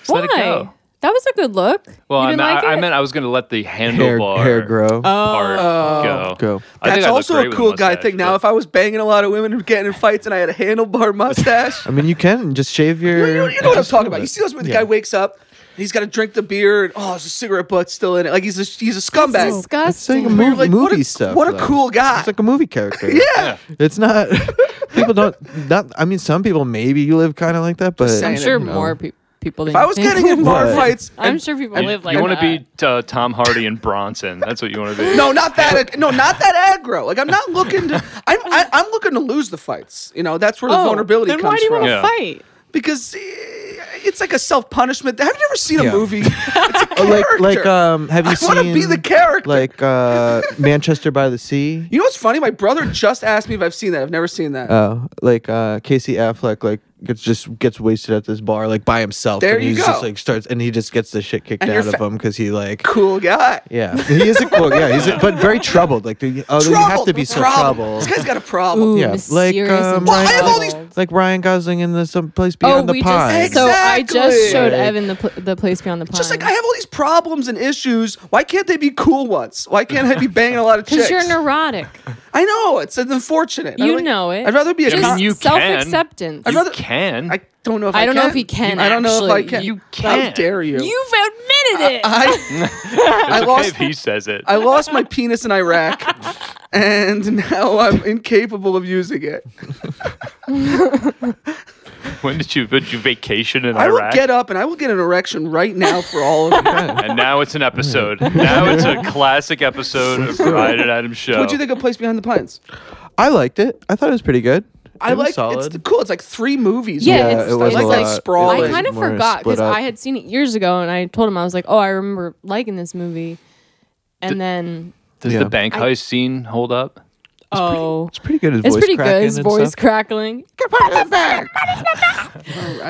S2: Just
S5: Why?
S2: let it go.
S5: That was a good look.
S2: Well,
S5: you
S2: I meant,
S5: didn't like
S2: I, I
S5: it?
S2: meant I was going to let the
S4: hair,
S2: handlebar
S4: hair grow.
S2: part go.
S4: Go.
S2: I think
S3: Oh. That's
S2: I look
S3: also
S2: great
S3: a
S2: with
S3: cool guy
S2: mustache,
S3: thing. Now,
S2: but-
S3: if I was banging a lot of women and getting in fights and I had a handlebar [LAUGHS] mustache,
S4: I mean, you can just shave
S3: [LAUGHS]
S4: your.
S3: you, know- you know what I'm talking about. You see those when the
S4: Yeah.
S3: guy wakes up, and he's got to drink the beer, and oh, there's a cigarette butt still in it. Like he's a, he's a
S5: That's
S3: scumbag.
S5: disgusting.
S4: It's like a movie,
S3: You're like, what
S4: movie
S3: a-
S4: stuff.
S3: what a
S4: though.
S3: cool guy.
S4: It's like a movie character.
S3: [LAUGHS] yeah.
S4: It's not. [LAUGHS] people don't. Not. I mean, some people maybe you live kind of like that, but
S5: I'm
S3: saying.
S5: sure
S4: you know.
S5: more pe- people. Than
S3: If I was getting
S5: [LAUGHS]
S3: in bar
S4: What?
S3: fights,
S5: I'm sure people
S2: You,
S5: live like
S2: you want
S5: that.
S2: to be uh, Tom Hardy and Bronson. That's what you want to be.
S3: no, not that. No, not that aggro. Like I'm not looking to. [LAUGHS] I'm I, I'm looking to lose the fights. You know, that's where the
S5: Oh,
S3: vulnerability
S5: then
S3: comes
S5: why do you
S3: from.
S5: want to
S2: Yeah.
S5: fight?
S3: Because eh, it's like a self punishment. Have you ever seen a
S4: Yeah.
S3: movie? It's a
S4: Oh, like, like,
S3: character.
S4: um, have you
S3: I
S4: seen?
S3: wanna be the character.
S4: Like, uh, Manchester by the Sea.
S3: You know what's funny? My brother just asked me if I've seen that. I've never seen that.
S4: Oh, like uh, Casey Affleck, like gets just gets wasted at this bar, like by himself.
S3: There
S4: and
S3: you
S4: he's Just,
S3: go.
S4: like starts, and he just gets the shit kicked
S3: And you're
S4: out of
S3: fa-
S4: him because
S3: [LAUGHS]
S4: he like.
S3: cool guy.
S4: Yeah, he is a cool. Yeah, he's a, but very troubled. Like, the, oh, you have to be so troubled.
S3: This guy's got a problem.
S5: Ooh,
S4: Yeah, like,
S5: mysterious
S4: um,
S5: and
S4: Well, I
S3: have all these-
S5: troubled.
S4: Like Ryan Gosling in the someplace
S5: Oh,
S4: beyond the
S5: we
S4: pine.
S5: just so I just
S3: Exactly.
S5: showed
S4: Like-
S5: Evan the pl- the place beyond the pine.
S3: Just like I have all these problems and issues. Why can't they be cool once? Why can't I be banging a lot
S5: [LAUGHS]
S3: of chicks?
S5: because
S3: [LAUGHS]
S5: you're neurotic.
S3: I know it's unfortunate. I
S5: You
S3: like-
S5: know it.
S3: I'd rather be a.
S5: Just
S2: I
S3: cop.
S2: mean, you
S5: self
S2: can.
S5: acceptance.
S3: I'd
S2: You
S3: rather-
S2: can.
S3: I don't know if I,
S5: I don't know if he
S3: he
S5: can,
S3: I don't know if I
S5: actually.
S3: can.
S2: You
S3: How
S2: can.
S3: dare you?
S5: You've admitted it.
S3: [LAUGHS] I
S2: it's okay
S3: lost-
S2: if he says it.
S3: I lost my penis in Iraq, and now I'm incapable of using it.
S2: when did you, did you vacation in
S3: I will
S2: Iraq?
S3: get up and I will get an erection right now for all
S2: [LAUGHS]
S3: of you.
S2: and now it's an
S3: [LAUGHS]
S2: episode. now it's a classic episode
S4: [LAUGHS]
S2: of Ryan and Adam's show.
S3: What'd you think of Place Behind the Pines?
S4: I liked it. I thought it was pretty good.
S3: I
S4: it was
S3: like
S4: solid.
S3: it's cool. It's like three movies.
S5: Yeah,
S4: Yeah,
S5: it's,
S4: it was
S5: it's
S3: a
S5: like
S3: lot-
S5: sprawling.
S3: it
S5: I kind of
S4: was more
S5: forgot
S4: split
S5: because
S3: uh,
S4: up.
S5: I had seen it years ago, and I told him I was like, "Oh, I remember liking this movie," and then
S2: Does
S4: Yeah.
S2: the bank heist scene hold up?
S5: oh,
S4: it's pretty good. His
S5: it's
S4: voice
S5: pretty
S4: cracking
S5: good. His
S4: and
S5: voice
S4: stuff.
S5: crackling,
S3: I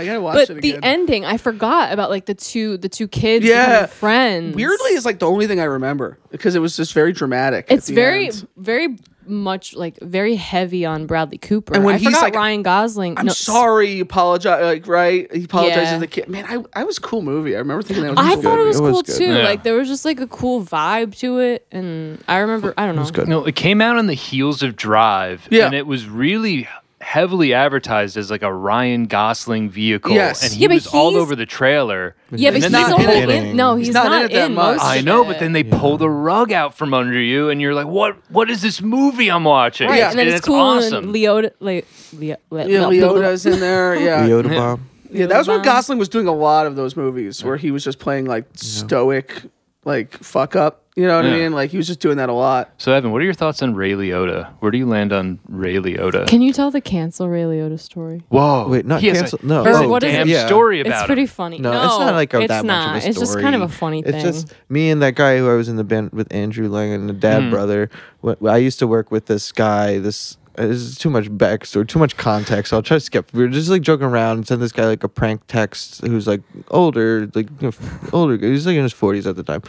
S3: gotta watch it
S5: but the
S3: again.
S5: ending, I forgot about like the two the two kids
S3: Yeah.
S5: becoming friends.
S3: Weirdly, is like the only thing I remember because it was just very dramatic. at
S5: it's
S3: the
S5: very
S3: end.
S5: very much like very heavy on Bradley Cooper.
S3: And when
S5: I
S3: he's
S5: forgot
S3: like,
S5: Ryan Gosling.
S3: I'm
S5: No,
S3: sorry. You apologize. Like right, he apologizes
S5: Yeah.
S3: to the kid. Man, I, I was a cool movie. I remember thinking that was. a
S5: I
S3: cool
S5: thought it
S3: movie.
S5: was,
S4: It was
S5: cool
S4: good.
S5: too.
S2: Yeah.
S5: Like there was just like a cool vibe to it, and I remember I don't know.
S4: good.
S2: No, it came out on the heels of Drive,
S3: Yeah.
S2: and it was really heavily advertised as like a Ryan Gosling vehicle.
S3: Yes.
S2: and he
S5: Yeah, but
S2: was all
S5: he's-
S2: over the trailer.
S5: Yeah, but
S2: And
S5: he's
S2: then
S3: not
S2: they
S3: in
S5: only
S3: it.
S5: in. No, he's, not, in,
S3: it that much.
S5: most.
S2: I
S5: of
S2: know,
S5: it.
S2: but then they pull the rug out from under you, and you're like, "What? What is this movie I'm watching?"
S5: Right,
S3: Yeah.
S5: and then it's,
S2: it's
S5: cool.
S2: awesome.
S5: And Leota, like, Leo, Le-
S3: Yeah,
S5: no,
S3: Leota's in
S5: [LAUGHS]
S3: there. Yeah,
S4: Leota bomb.
S3: yeah. That was when
S5: Leota.
S3: Gosling was doing a lot of those movies where he was just playing like stoic, like fuck up. You know what I
S2: Yeah.
S3: mean? Like he was just doing that a lot.
S2: so, Evan, what are your thoughts on Ray Liotta? Where do you land on Ray Liotta?
S5: Can you tell the cancel Ray Liotta story?
S2: Whoa!
S4: Wait, not
S2: he has
S4: cancel-
S2: A,
S4: no. Oh,
S2: he has
S5: Or
S2: a
S5: what is
S2: damn
S5: it?
S4: Yeah.
S2: story about
S5: It's
S2: him.
S5: pretty funny.
S4: No, it's not like a,
S5: it's
S4: that
S5: not.
S4: much of a story.
S5: It's just kind of a funny thing. Mm.
S4: It's just me and that guy who I was in the band with, Andrew Lang and the dad brother. wh- I used to work with this guy. This uh, this is too much backstory, too much context. I'll try to skip. We were just like joking around and sent this guy like a prank text who's like older, like you know, f- older. guy. He was like in his forties at the time.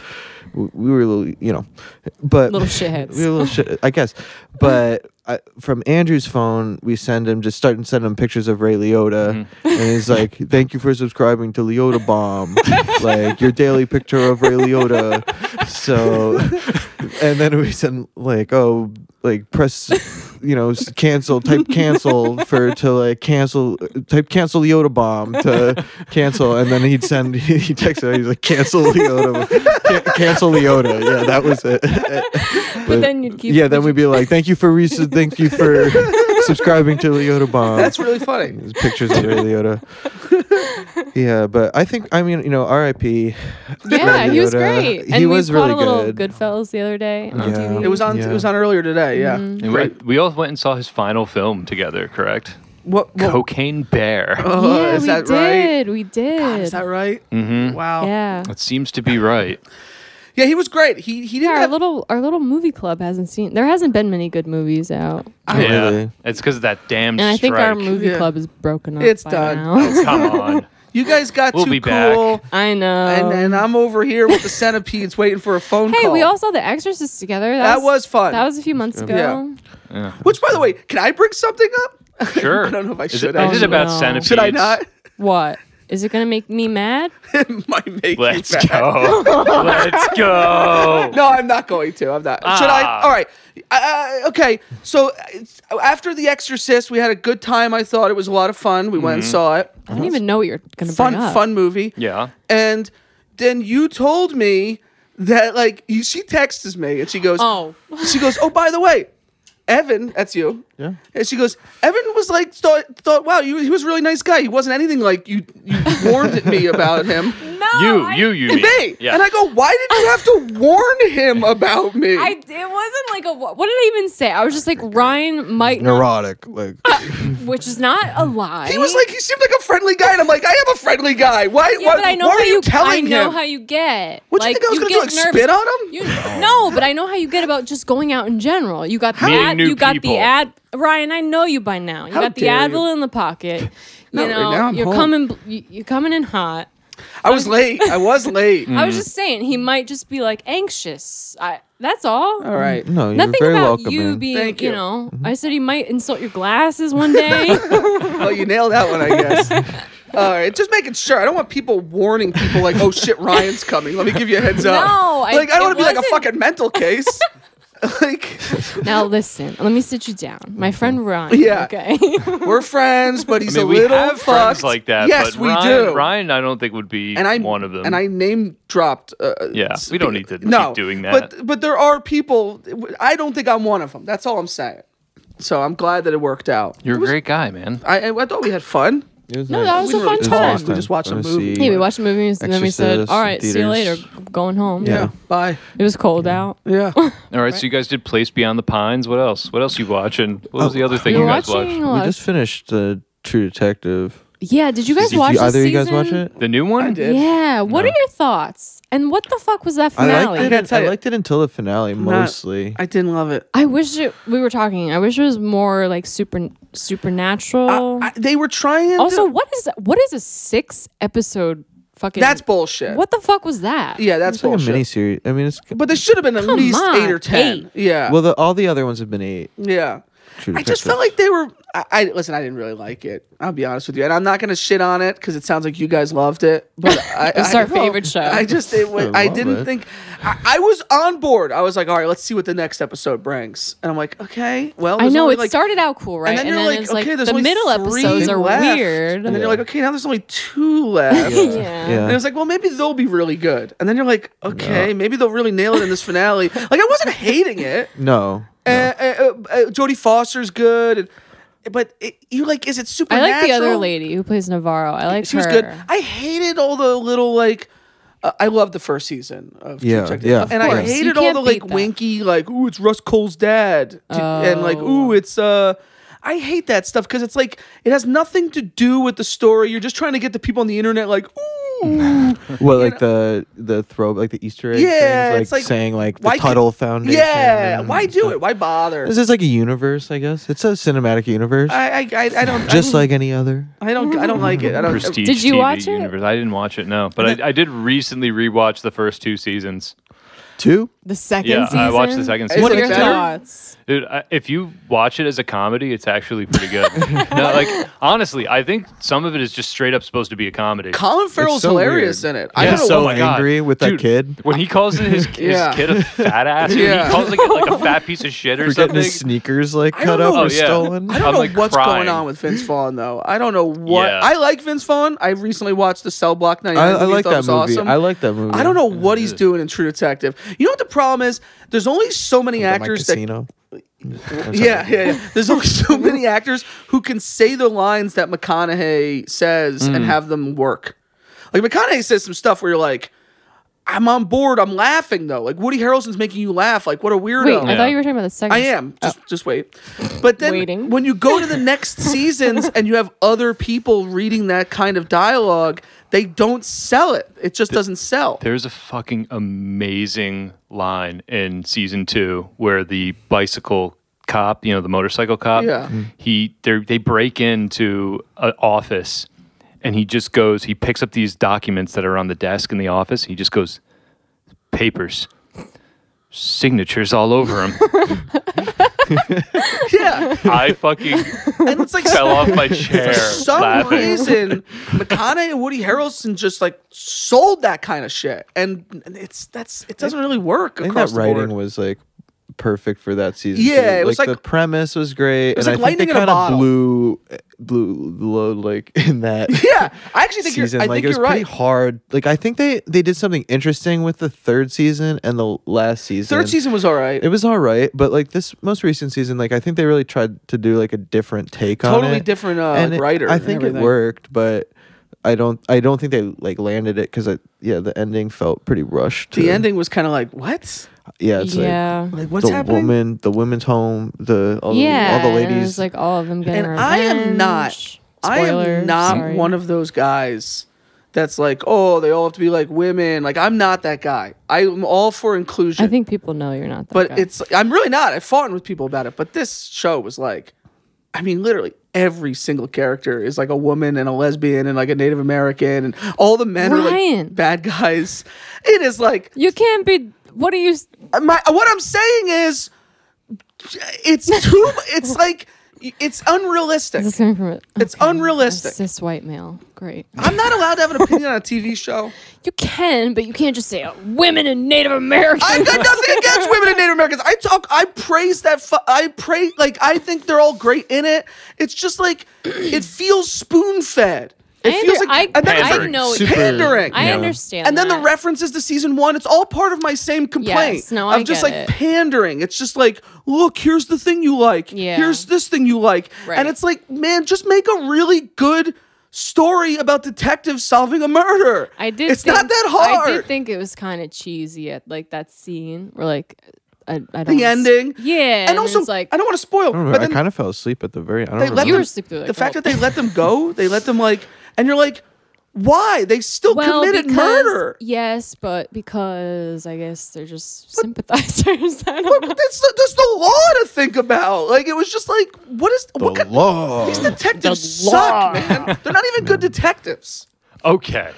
S4: W- We were little, you know, but
S5: Little shitheads.
S4: we were little shit, I guess. But I, from Andrew's phone, we send him just start and send him pictures of Ray Liotta, and he's like, "Thank you for subscribing to Liotta Bomb, like your daily picture of Ray Liotta." So, and then we send like, "Oh, like press, you know, s- cancel, type cancel for to like cancel, type cancel Liotta Bomb to cancel," and then he'd send he texted, he's like, "Cancel Liotta, Can- cancel Liotta." Yeah, that was it. [LAUGHS]
S5: but then you'd keep.
S4: Yeah, then we'd be like, "Thank you for Reese. [LAUGHS] Thank you
S5: [LAUGHS]
S4: for subscribing to Leota Bomb."
S3: That's really funny.
S4: [LAUGHS] There's pictures of Ray
S5: [LAUGHS]
S4: Liotta. yeah, but I think I mean you know R.I.P.
S5: [LAUGHS] Yeah, he was
S4: Liotta.
S5: great.
S4: [LAUGHS] He
S5: and we
S4: was
S5: caught
S4: really
S5: a little
S4: good.
S5: Goodfellas the other day. On
S4: Yeah.
S5: TV.
S4: It
S3: It was on. It
S4: Yeah.
S3: was on earlier today. Yeah.
S5: Mm-hmm.
S2: And we- We all went and saw his final film together, correct?
S3: What? what
S2: Cocaine Bear.
S3: oh,
S5: Yeah,
S3: is
S5: we
S3: that right?
S5: did. We did.
S3: Is that right? Mm-hmm. Wow.
S5: Yeah.
S2: It seems to be right.
S3: Yeah, he was great. He he didn't
S5: Yeah, our
S3: have
S5: little our little movie club hasn't seen. There hasn't been many good movies out,
S2: yeah,
S4: really.
S2: it's because of that damn.
S5: and I think our
S2: strike.
S5: movie
S3: Yeah.
S5: club is broken up.
S3: It's
S5: by
S3: done.
S5: Now.
S2: Come on.
S3: You guys got
S2: We'll
S3: too
S2: be back.
S3: cool,
S5: [LAUGHS] I know.
S3: and and I'm over here with the centipedes waiting for a phone
S5: Oh. hey,
S3: call.
S5: we all saw The Exorcist together.
S3: That was fun.
S5: That was a few months ago.
S3: Yeah. Which, by the way, can I bring something up?
S2: Sure.
S3: [LAUGHS] I don't know if I
S2: Is It,
S3: should
S2: is
S5: actually.
S2: it about
S5: No.
S2: centipedes?
S3: Should I not? [LAUGHS]
S5: What? Is it gonna make me mad?
S3: it might make
S2: Let's
S3: you mad.
S2: go.
S3: [LAUGHS]
S2: Let's go.
S3: No, I'm not going to. I'm not. Should I?
S2: Ah.
S3: All right. Uh, okay. So uh, after The Exorcist, we had a good time. I thought it was a lot of fun. We went and saw it.
S5: I don't even know what you're gonna
S3: Fun,
S5: bring up.
S3: fun movie.
S2: Mm-hmm. Yeah.
S3: And then you told me that, like, you, she texts me and she goes,
S5: Oh.
S3: she goes, oh, by the way, Evan, that's you.
S5: [LAUGHS]
S4: Yeah.
S3: And she goes, Evan was like, thought, thought wow, you, he was a really nice guy. He wasn't anything like you, you warned me about him.
S5: No,
S2: You,
S5: I,
S2: [LAUGHS] you, you. mean.
S3: Me.
S2: Yeah.
S3: And I go, why did you have to warn him about me?
S5: I, it wasn't like a what did I even say? I was just like Ryan might, not-
S4: Neurotic, like
S5: which is not a lie.
S3: He was like, he seemed like a friendly guy, and I'm like, I am a friendly guy. Why?
S5: yeah,
S3: why,
S5: but I know
S3: why
S5: how
S3: are you, telling
S5: I know
S3: him?
S5: how you get.
S3: what
S5: like,
S3: you think I was
S5: you
S3: gonna do? Like
S5: get nervous.
S3: spit on him?
S5: You, no, but I know how you get about just going out in general. You got the
S2: Meeting
S5: ad,
S2: new
S5: you got
S2: people.
S5: the ad. Ryan, I know you by now. You
S3: How
S5: got the
S3: dare you.
S5: Advil in the pocket.
S3: [LAUGHS]
S5: You
S3: right
S5: know,
S3: now I'm
S5: you're
S3: home.
S5: coming. bl- You, you're coming in hot.
S3: I was late. I was
S5: [LAUGHS]
S3: late.
S5: I was just saying he might just be like anxious. I. That's all.
S3: All right.
S4: no, you're
S5: Nothing
S4: very
S5: about
S4: welcoming.
S5: you being.
S3: Thank
S5: you
S3: you. Mm-hmm.
S5: know, I said he might insult your glasses one day.
S3: [LAUGHS] Well, you nailed that one, I
S5: [LAUGHS]
S3: guess. All right, just making sure. I don't want people warning people like, "Oh shit, Ryan's coming." Let me give you a heads up.
S5: No, I-
S3: like I,
S5: it
S3: don't want to be like a
S5: wasn't-
S3: fucking mental
S5: [LAUGHS]
S3: case. like
S5: now listen, let me sit you down, my friend Ryan.
S3: Yeah.
S4: [LAUGHS]
S5: Okay.
S3: we're friends, but he's
S2: I mean,
S3: a little
S2: we have
S3: fucked.
S2: friends like that. but
S3: Yes, we
S2: Ryan,
S3: do.
S2: Ryan, I don't think would be
S3: and I
S2: one of them.
S3: And I name dropped. Uh,
S2: Yeah, we don't need to keep
S3: no,
S2: doing
S3: But but there are people. I don't think I'm one of them. That's all I'm saying. So I'm glad that it worked out.
S2: You're a great guy, man.
S3: I, I thought we had fun.
S4: It was
S5: No, that was
S3: We
S5: a
S3: didn't
S5: fun
S3: really
S5: time.
S3: talk. We just watched a
S4: Gonna
S3: movie.
S4: see-
S5: Yeah, we watched movies and then we said,
S4: Exorcist
S5: "All right, see you later.
S4: theaters.
S5: G- Going home."
S4: Yeah.
S3: Bye.
S5: It was cold out.
S3: Yeah.
S5: [LAUGHS]
S2: All right, so you guys did Place Beyond the Pines. What else? What else you watching? What
S3: Oh,
S2: was the other thing
S5: You
S2: you
S5: were
S2: guys
S5: watching
S2: watched?
S5: a
S4: We
S5: lot.
S4: just finished the True Detective.
S5: yeah, did you guys
S4: Did you-
S5: watch this
S4: either
S5: season?
S4: you guys watch it?
S2: The new one?
S3: I did.
S5: Yeah. What are your thoughts? And what the fuck was that
S4: I
S5: finale?
S4: liked
S3: gotta
S4: it.
S3: tell
S4: I
S3: you-
S4: liked it until the finale
S3: Not-
S4: mostly.
S3: I didn't love it.
S5: I wish it, we were talking. I wish it was more like super supernatural.
S3: I, they were trying.
S5: Oh. also,
S3: to,
S5: what is what is a six episode fucking?
S3: that's bullshit.
S5: What the fuck was that?
S3: Yeah, that's
S4: it's like
S3: bullshit.
S4: a mini series. I mean, it's
S3: but they should have been at
S5: Come
S3: least
S5: on,
S3: eight or ten.
S5: eight.
S3: Yeah.
S4: well, the, all the other ones have been eight.
S3: yeah.
S4: True
S3: I just
S4: Detective.
S3: felt like they were. I, I listen. I didn't really like it. I'll be honest with you, and I'm not gonna shit on it because it sounds like you guys loved it.
S5: [LAUGHS]
S3: But I,
S5: It's
S3: I-
S5: our favorite show.
S3: I just it was,
S4: I
S3: I
S4: love
S3: didn't
S4: it.
S3: think I, I was on board. I was like, all right, let's see what the next episode brings. And I'm like, okay, well,
S5: I
S3: there's
S5: know
S3: only,
S5: it
S3: like-
S5: started out cool, right?
S3: And then you're like,
S5: it's
S3: okay, there's
S5: the
S3: only
S5: middle
S3: three
S5: episodes are
S3: left.
S5: weird.
S3: And then you're
S4: Yeah.
S3: like, okay, now there's only two left.
S5: [LAUGHS] yeah.
S4: Yeah.
S3: And it was like, well, maybe they'll be really good. And then you're like, okay, maybe they'll really nail it in this finale. like, I wasn't hating it.
S4: no.
S3: Uh, uh, uh, uh, Jodie Foster's good, and, but it, you're like, is it
S5: I
S3: supernatural?
S5: like the other lady who plays Navarro. I like
S3: She
S5: her.
S3: was good. I hated all the little like. Uh, I love the first season of True
S4: Yeah,
S3: Detective.
S4: yeah. Of
S3: and I
S5: course. You
S3: hated all
S5: can't
S3: the like
S5: beat that.
S3: winky, like ooh, it's Russ Cole's dad, T- and like
S5: Oh.
S3: ooh, it's uh. I hate that stuff because it's like it has nothing to do with the story. You're just trying to get the people on the internet like
S4: [LAUGHS]
S3: ooh,
S4: Well, like the the throw, like the Easter egg.
S3: Yeah,
S4: things,
S3: it's
S4: like,
S3: like,
S4: saying like the
S3: why could-
S4: Tuttle Foundation.
S3: yeah.
S4: and
S3: Why do it? Why bother?
S4: This is like a universe, I guess. It's a cinematic universe,
S3: I I, I, I don't I
S4: just
S3: don't-
S4: like any other.
S3: I don't I don't like it. I don't.
S2: Prestige
S5: Did you
S2: TV
S5: watch it?
S2: universe. I didn't watch it, no. But I, I did recently rewatch the first two seasons.
S4: Two.
S5: The second
S2: Yeah,
S5: season.
S2: I watched the second
S3: Is
S5: What
S2: season.
S5: are
S3: it
S5: your
S3: better?
S5: thoughts?
S2: Dude, I, if you watch it as a comedy, it's actually pretty
S4: [LAUGHS]
S2: good. no, like honestly, I think some of it is just straight up supposed to be a comedy.
S3: Colin Farrell's
S4: so
S3: hilarious
S4: weird.
S3: in it. I
S2: Yeah.
S3: don't know
S4: so
S3: why.
S4: angry with that
S2: Dude,
S4: kid.
S2: when he calls his, his
S3: Yeah.
S2: kid a fat
S3: [LAUGHS]
S2: ass.
S3: Yeah.
S2: He calls like, a- like a fat piece of shit or
S4: For getting
S2: something.
S4: his sneakers like
S3: I
S4: cut
S3: don't
S4: up
S3: know.
S4: or
S2: Oh, yeah.
S4: stolen.
S3: I don't
S2: I'm,
S3: know
S2: like,
S3: what's
S2: crying.
S3: going on with Vince Vaughn though. I don't know what.
S2: Yeah.
S3: I like Vince Vaughn. I recently watched The Cell Block 99.
S4: I, I
S3: movie.
S4: like
S3: thought it
S4: that
S3: was
S4: movie.
S3: Awesome.
S4: I like that movie.
S3: I don't know what he's doing in True Detective. You know what the problem is? There's only so many
S4: The Mike
S3: actors that
S4: Casino.
S3: [LAUGHS] yeah, yeah, yeah. There's only so [LAUGHS] many actors who can say the lines that McConaughey says
S4: Mm.
S3: and have them work. Like McConaughey says some stuff where you're like, I'm on board. I'm laughing though. Like Woody Harrelson's making you laugh. Like what a weirdo.
S5: Wait, I
S2: Yeah.
S5: thought you were talking about the second.
S3: I am.
S4: Oh.
S3: Just just wait. But then
S5: Waiting.
S3: when you go to the
S4: [LAUGHS]
S3: next seasons and you have other people reading that kind of dialogue, they don't sell it. It just doesn't sell.
S2: There's a fucking amazing line in season two where the bicycle cop, you know, the motorcycle cop,
S3: Yeah.
S2: he they they break into an office. and he just goes, he picks up these documents that are on the desk in the office. He just goes, papers, signatures all over
S3: [LAUGHS]
S2: them.
S4: [LAUGHS]
S3: Yeah.
S2: I fucking
S3: And it's like
S2: fell off my chair
S3: for some
S2: laughing. [LAUGHS]
S3: reason, McConaughey and Woody Harrelson just like sold that kind of shit, and and it's that's it doesn't really work
S4: I think
S3: across
S4: that
S3: the board.
S4: writing was like perfect for that season.
S3: Yeah,
S4: too.
S3: it was like-
S4: the premise was great.
S3: was
S4: and
S3: like
S4: I think
S3: lightning
S4: they
S3: in a
S4: kind of
S3: bottle.
S4: blew eh, blew the load like [LAUGHS] in that
S3: [LAUGHS] yeah, I actually think
S4: season.
S3: you're. I
S4: like
S3: think
S4: it was
S3: you're right.
S4: pretty hard. Like I think they they did something interesting with the third season and the last season.
S3: Third season was all right.
S4: It was all right, but like this most recent season, like I think they really tried to do like a different take on it.
S3: Totally different, uh,
S4: And
S3: like,
S4: it-
S3: writer
S4: I
S3: and
S4: think it
S3: everything.
S4: worked, but I don't. I don't think they like landed it because yeah, the ending felt pretty rushed.
S3: the
S4: too.
S3: ending was kind of like what?
S4: Yeah, it's like
S5: yeah.
S3: Like what's
S4: the
S3: happening?
S4: woman, the women's home, the all,
S5: yeah.
S4: the, all
S5: and
S4: the
S5: It
S4: ladies.
S5: was like all of them getting
S3: and I am not.
S5: revenge.
S3: I
S5: Spoiler,
S3: am not
S5: sorry.
S3: one of those guys that's like, oh, they all have to be like women. Like I'm not that guy. I'm all for inclusion.
S5: I think people know you're not that.
S3: but
S5: guy.
S3: it's I'm really not. I've fought with people about it, but this show was like, I mean, literally every single character is like a woman and a lesbian and like a Native American, and all the men are
S5: Ryan.
S3: like bad guys. It is like
S5: you can't be. What are you? s-
S3: my what I'm saying is, it's too. it's like it's unrealistic.
S5: Is this coming from? A,
S3: It's
S5: okay, a
S3: unrealistic.
S5: cis white male. Great.
S3: I'm not allowed to have an opinion on a TV show.
S5: You can, but you can't just say uh, women and Native Americans.
S3: I've got nothing against women and Native Americans. I talk, I praise that. Fu- I pray, like I think they're all great in it. It's just like [CLEARS THROAT] it feels spoon fed. It
S5: I
S3: feels
S5: under-
S3: like
S5: I-
S3: and then it's
S2: Pandering.
S5: I know.
S4: Super-
S3: pandering.
S5: I
S4: Yeah.
S5: understand.
S3: And then the
S5: that.
S3: references to season one, it's all part of my same complaint.
S5: Yes, no,
S3: I'm
S5: I
S3: just
S5: get
S3: like
S5: it.
S3: pandering. It's just like, look, here's the thing you like.
S5: Yeah.
S3: Here's this thing you like.
S5: Right.
S3: And it's like, man, just make a really good story about detectives solving a murder.
S5: I did.
S3: It's
S5: think,
S3: not that hard.
S5: I did think it was kind of cheesy at like that scene where like I, I don't
S3: the ending.
S5: Yeah,
S3: And, also,
S5: it's like
S3: I don't want to spoil.
S4: I, don't
S3: but
S4: remember, I
S3: then
S4: kind of fell asleep at the very. I don't
S3: they let
S5: You
S4: remember.
S5: were
S3: them,
S5: sick through that
S3: the fact
S5: whole-
S3: that they let them go, they let them like, and you're like, why? They still
S5: well,
S3: committed
S5: because,
S3: murder.
S5: Yes, but because I guess they're just sympathizers. [LAUGHS]
S3: But
S5: I don't know.
S3: that's the, that's the law to think about. Like it was just like, what is what
S4: the
S3: kind-
S4: law.
S3: These detectives
S5: The law.
S3: suck, man. They're not even good detectives.
S2: Okay.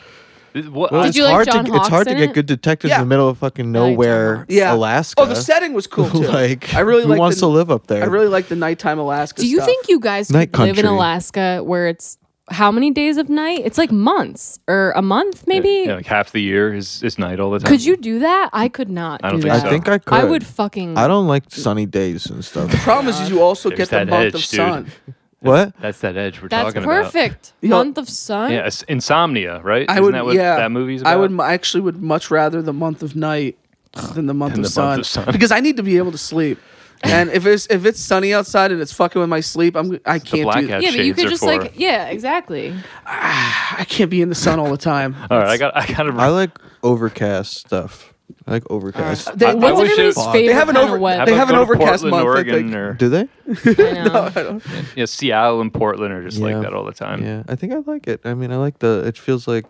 S2: This- what-
S4: Well,
S5: Did
S4: it's
S5: you like
S4: hard
S5: John
S4: to it's
S5: Hawkes
S4: hard to
S5: in
S4: get
S5: it?
S4: good detectives
S3: Yeah.
S4: in the middle of fucking
S5: John
S4: nowhere,
S5: Hawkes.
S3: Yeah.
S4: Alaska.
S3: Oh, the setting was cool too.
S4: [LAUGHS] like
S3: I really
S4: who
S3: like
S4: wants
S3: the,
S4: to live up there?
S3: I really like the nighttime Alaska.
S5: Do you
S3: stuff.
S5: think you guys
S4: Night
S5: could live in
S4: country.
S5: Alaska where it's how many days of night? It's like months or a month, maybe.
S2: you know, like half the year is, is night all the time.
S5: Could you do that? I could not.
S2: I don't
S5: do
S2: think
S5: that.
S2: so.
S4: I think I could.
S5: I would fucking.
S4: I don't like sunny days and
S3: [LAUGHS]
S4: stuff.
S3: The problem is, is you also
S2: There's
S3: get the
S2: that
S3: month
S2: edge,
S3: of
S2: dude.
S3: sun.
S4: what?
S2: That's that edge we're
S5: That's
S2: talking
S5: perfect.
S3: You know-
S5: Month of sun.
S2: about. Yeah, it's insomnia, right?
S3: I
S2: Isn't
S3: would,
S2: that what
S3: yeah,
S2: that movie's about?
S3: I would mu- actually would much rather the month of night than the month,
S2: Than
S3: of,
S2: the
S3: sun.
S2: month of sun.
S3: because I need to be able to
S2: [LAUGHS]
S3: sleep. And if it's if it's sunny outside and it's fucking with my sleep, I'm I can't
S2: black
S3: do.
S2: hat.
S5: Yeah, but you
S2: Shades
S5: could
S2: are
S5: just
S2: for-
S5: like yeah, exactly.
S3: I can't be in the sun all the time.
S2: [LAUGHS] All right, I got I got to
S4: I like overcast stuff. I like overcast.
S3: Uh, They,
S2: I- I
S3: what's
S2: wish
S3: everybody's-
S5: everybody's
S2: it-
S5: favorite
S3: They have an
S5: kind
S3: over-
S5: of weather?
S3: they have an
S2: go to
S3: overcast
S2: Portland,
S3: month, I
S2: Oregon,
S3: think.
S2: or
S4: Do they?
S5: I know.
S2: yeah, Seattle and Portland are just like
S4: Yeah.
S2: that all the time.
S4: Yeah, I think I like it. I mean, I like the. It feels like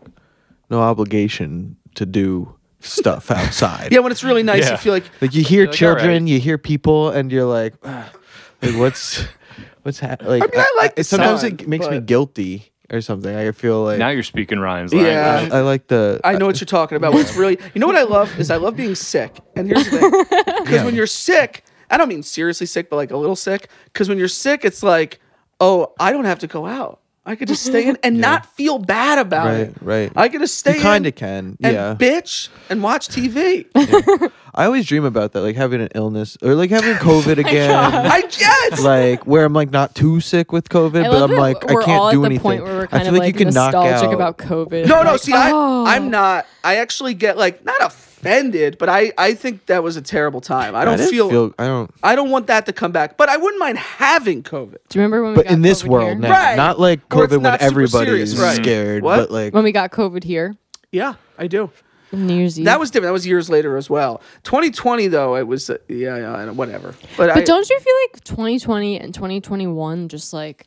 S4: no obligation to do
S3: [LAUGHS]
S4: stuff outside.
S3: yeah, when it's really nice,
S2: Yeah.
S3: you feel like
S4: Like you hear
S2: like,
S4: children,
S2: "Alright."
S4: you hear people, and you're like, "Ah, like, what's [LAUGHS] what's happening? Like,
S3: mean, I like the
S4: sometimes
S3: sun,
S4: it makes me
S3: but-
S4: guilty or something. I feel like
S2: Now you're speaking Ryan's language.
S3: Yeah.
S4: I, I like the.
S3: I know what you're talking about. When it's really, you know what I love is I love being sick. And here's the thing, because when you're sick, I don't mean seriously sick, but like a little sick. Because when you're sick, it's like, oh, I don't have to go out. I could just stay in and not feel bad about it.
S4: uh, Right, right.
S3: I could just stay.
S4: You kind
S3: in
S4: of can.
S3: And
S4: yeah.
S3: bitch and watch
S4: [LAUGHS]
S3: TV.
S4: I always dream about that, like having an illness or
S3: [LAUGHS]
S4: like having COVID again.
S3: I guess.
S4: like where I'm like not too sick with COVID,
S5: I
S4: but
S5: love
S4: I'm
S5: that
S4: like I
S5: we're
S4: can't
S5: all
S4: do
S5: at
S4: anything.
S5: the point where we're
S4: I
S5: kind
S4: feel
S5: of like,
S4: like, you can knock
S5: nostalgic
S4: out.
S5: about COVID.
S3: No,
S5: Like,
S3: no. See, I,
S5: oh.
S3: I'm not. I actually get like not offended, but I, I think that was a terrible time. I
S4: I
S3: don't
S4: didn't
S3: feel,
S4: I don't.
S3: I don't want that to come back. But I wouldn't mind having COVID.
S5: Do you remember when we
S4: But
S5: got
S4: in this
S5: COVID
S4: world
S5: here?
S4: now,
S3: Right.
S4: not like
S3: Where it's
S4: COVID when
S3: not super
S4: everybody
S3: serious,
S4: is
S3: right.
S4: scared,
S3: What?
S4: but like
S5: When we got COVID here,
S3: Yeah, I do.
S5: New Year's Eve.
S3: That was different. That was years later as well. 2020 though, it was uh, yeah, yeah, I know, whatever. But, I,
S5: But don't you feel like 2020 and 2021 just like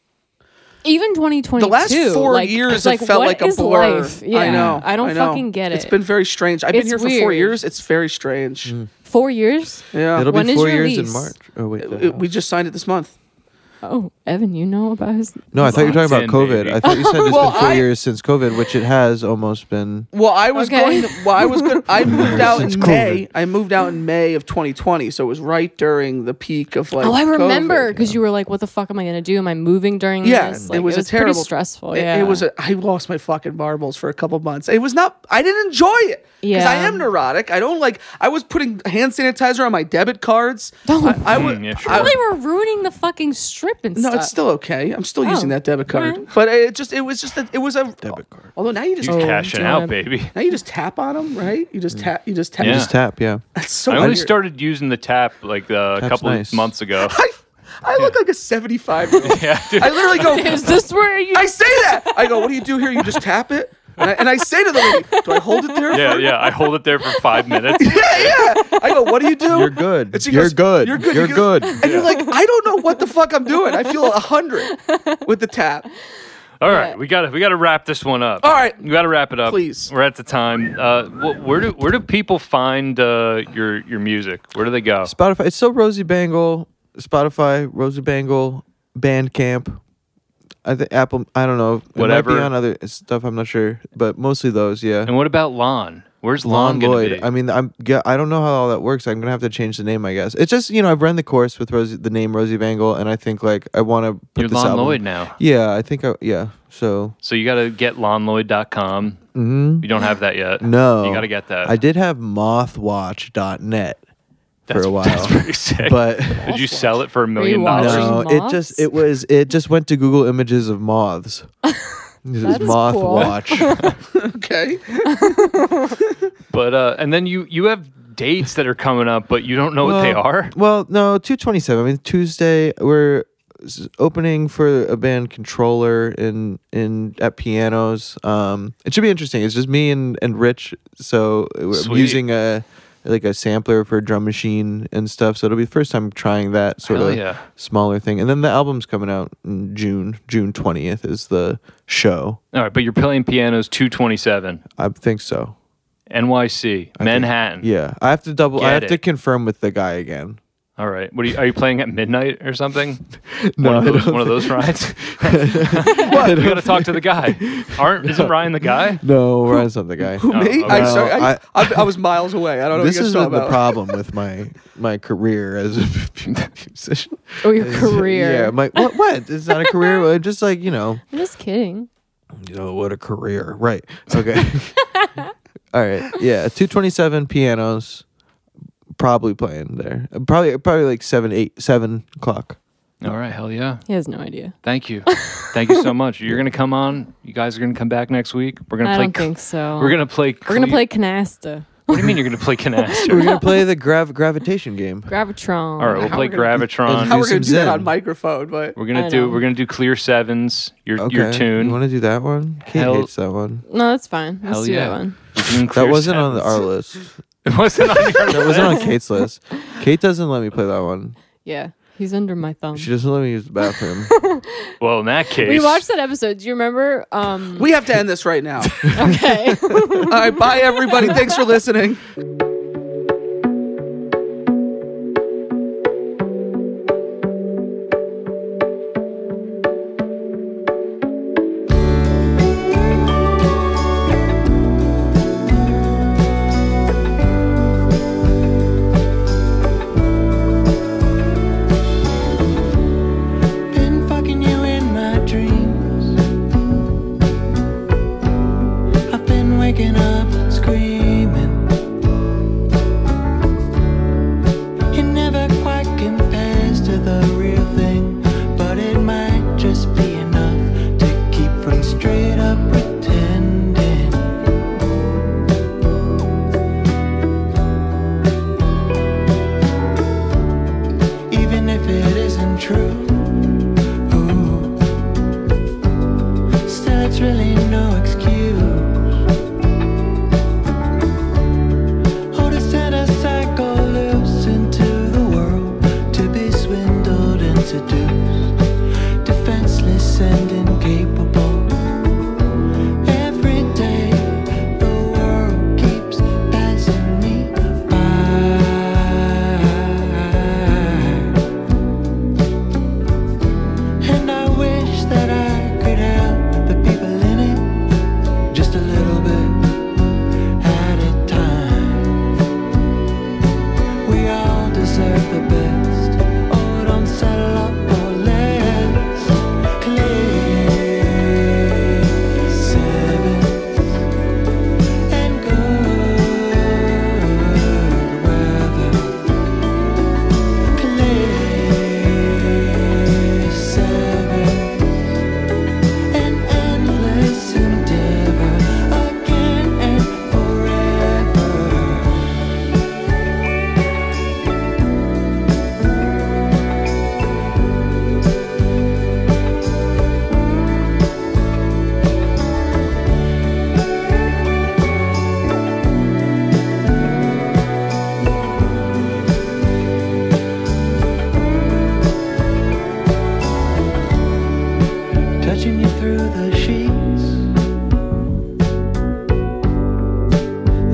S5: even 2022?
S3: the last four
S5: like,
S3: years,
S5: like,
S3: it felt
S5: what
S3: like a
S5: is
S3: blur.
S5: life? Yeah,
S3: I know.
S5: I don't
S3: know.
S5: fucking get it.
S3: It's been very strange. I've been
S5: It's
S3: here for four
S5: weird.
S3: years. It's very strange.
S5: four years.
S3: Yeah,
S4: Mm. it'll
S5: When
S4: be
S5: is
S4: four
S5: your
S4: years in
S5: lease?
S3: Uh,
S4: March. Oh wait,
S3: It- we just signed it this month.
S5: Oh, Evan, you know about his.
S4: No, I thought you were talking about
S2: Locked in,
S4: COVID.
S2: baby.
S4: I thought you said it's
S3: Well,
S4: been four
S3: I-
S4: years since COVID, which it has almost been.
S3: Well, I was
S5: Okay.
S3: going. Well, I was going. I [LAUGHS] moved out in
S4: Since
S3: May.
S4: COVID.
S3: I moved out in May of 2020, so it was right during the peak of like.
S5: Oh, I
S3: COVID.
S5: remember because you were like, "What the fuck am I gonna do? Am I moving during
S3: Yeah,
S5: this?"
S3: it
S5: Like,
S3: was a
S5: pretty
S3: terrible-
S5: stressful.
S3: It,
S5: yeah,
S3: it was. A, I lost my fucking marbles for a couple months. It was not. I didn't enjoy it because I
S5: Yeah.
S3: am neurotic. I don't like. I was putting hand sanitizer on my debit cards.
S5: [LAUGHS] Oh.
S3: I, I would.
S2: Mm, yeah, sure.
S3: I-
S5: Really, we're ruining the fucking strip and
S3: no,
S5: stuff. [LAUGHS]
S3: it's still okay. I'm still using
S5: Oh,
S3: that debit card,
S5: alright.
S3: but it just. It was just. that it was a debit card. Although now you just.
S2: You cashing out,
S5: God.
S2: baby.
S3: Now you just tap on them, right? You just tap. You just tap.
S2: Yeah.
S4: Just tap, yeah.
S3: That's so.
S2: I only
S3: weird.
S2: started using the tap like uh, a
S4: Tap's
S2: couple
S4: nice.
S2: months ago.
S3: [LAUGHS] I, I look like a 75 year old.
S2: yeah, dude.
S3: I literally
S5: [LAUGHS]
S3: go,
S5: Is this where you?
S3: I say that. I go, what do you do here? You just tap it? And I, and I say to the lady, do I hold it there?
S2: yeah,
S3: for-"
S2: yeah. I hold it there for
S3: [LAUGHS]
S2: five minutes.
S3: yeah, yeah. I go, what do you do?
S4: You're good.
S3: And she
S4: You're
S3: goes,
S4: good.
S3: You're good.
S4: You're
S3: You-
S4: good.
S3: And you're like, I don't know what the fuck I'm doing. I feel a 100 with the tap.
S2: All right, we got to we got to wrap this one up.
S3: All right.
S2: we got to wrap it up.
S3: Please.
S2: we're at the time. Uh, wh- where do where do people find uh, your your music? Where do they go?
S4: Spotify. It's still Rosie Bangle. Spotify, Rosie Bangle, Bandcamp. I think Apple. I don't know. It might
S2: Whatever.
S4: be on other stuff. I'm not sure, but mostly those. Yeah.
S2: And what about Lon? Where's Lon,
S4: Lon
S2: gonna
S4: Lloyd.
S2: be?
S4: I mean, I'm. yeah, I don't know how all that works. I'm gonna have to change the name. I guess it's just you know I've run the course with Rosie, the name Rosie Bangle, and I think like I want to put
S2: You're
S4: this
S2: Lon
S4: album.
S2: Lloyd now.
S4: Yeah, I think I yeah. So
S2: So you got to get lonlloyd.com. Mm-hmm. You don't have that yet.
S4: no,
S2: you got to get that. [LAUGHS]
S4: I did have Mothwatch.net for
S2: [LAUGHS] That's-
S4: a while,
S2: That's pretty sick.
S4: but
S2: did you sell it for a million
S5: you watching?
S2: dollars?
S4: no,
S5: Moths?
S4: it just it was it just went to Google Images of
S5: [LAUGHS]
S4: moths. This
S5: That
S4: is
S5: is
S4: Moth
S5: cool.
S4: Watch.
S5: [LAUGHS]
S3: Okay.
S2: But uh, and then you you have dates that are coming up, but you don't know what they
S4: Well,
S2: are.
S4: Well, no, two twenty seven. I mean, Tuesday we're s- opening for a band controller in in at pianos. Um, it should be interesting. It's just me and and Rich. So we're
S2: Sweet.
S4: using a like a sampler for a drum machine and stuff. So it'll be the first time trying that sort
S2: Hell
S4: of
S2: yeah.
S4: smaller thing. And then the album's coming out in June. June twentieth is the show.
S2: All right, but you're playing pianos 227,
S4: I think so.
S2: NYC, Manhattan.
S4: Yeah, I have to double. I
S2: Get
S4: have to
S2: it.
S4: confirm with the guy again.
S2: All right. What are you, are you playing at midnight or something?
S4: [LAUGHS] No,
S2: one
S4: I
S2: of those,
S4: don't
S2: one of those rides.
S4: [LAUGHS]
S2: what? [LAUGHS] We got to talk to the guy. Aren't isn't Ryan the guy?
S4: No, Ryan's not the guy.
S3: Who, me?
S2: Oh, okay.
S3: I, sorry,
S4: No,
S3: I, I, I was miles away. I don't know
S4: oh, this
S3: what you
S4: is
S3: guys are talking
S4: the
S3: about.
S4: problem
S3: [LAUGHS]
S4: with my my career as a musician.
S2: [LAUGHS]
S5: Oh, your career.
S4: Yeah, my what? What? It's not a career. well, Just like you know,
S5: I'm just kidding.
S4: you know what a career. Right. Okay. [LAUGHS] All right. Yeah. Two twenty seven pianos, probably playing there. Probably probably like seven eight seven o'clock.
S2: All right. Hell yeah.
S5: He has no idea.
S2: Thank
S5: [LAUGHS]
S2: you. Thank you so much. You're gonna come on. You guys are gonna come back next week. We're gonna
S5: I
S2: play.
S5: don't think so.
S2: We're gonna play.
S5: We're gonna
S2: Cle-
S5: play Canasta,
S2: What do you mean you're gonna play
S5: [LAUGHS]
S4: We're
S2: Canaster?
S4: gonna play the grav- gravitation game.
S5: Gravitron.
S2: All right. We'll play
S3: we're gonna-
S2: Gravitron.
S3: How
S4: Do
S3: we're going
S4: some
S3: to do that
S4: Zen.
S3: on microphone, but
S2: we're
S5: I
S2: gonna do.
S5: know.
S2: We're gonna do Clear Sevens. Your
S4: Okay.
S2: your tune.
S4: You want to do that one? Kate
S2: Hell-
S4: hates that one.
S5: No, that's fine. Let's
S2: Hell
S5: do
S2: yeah.
S5: that one.
S2: We're doing
S4: That
S2: Clear
S4: wasn't on
S2: Sevens.
S4: our list.
S2: [LAUGHS] It wasn't on your
S4: [LAUGHS] That wasn't on Kate's list. Kate doesn't let me play that one.
S5: Yeah, he's under my thumb.
S4: She doesn't let me use the bathroom.
S2: Well, in that case,
S5: We watched that episode. Do you remember? Um,
S3: we have to end this right now.
S5: [LAUGHS]
S3: [LAUGHS]
S5: okay.
S3: All right. Bye, everybody. Thanks for listening.
S6: Been fucking you in my dreams. I've been waking up screaming. It never quite compares to the real thing, but it might just be enough to keep from straight up pretending. Even if it isn't true. Ooh. Still, it's really no excuse.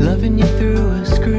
S6: loving you through a screw. Oh,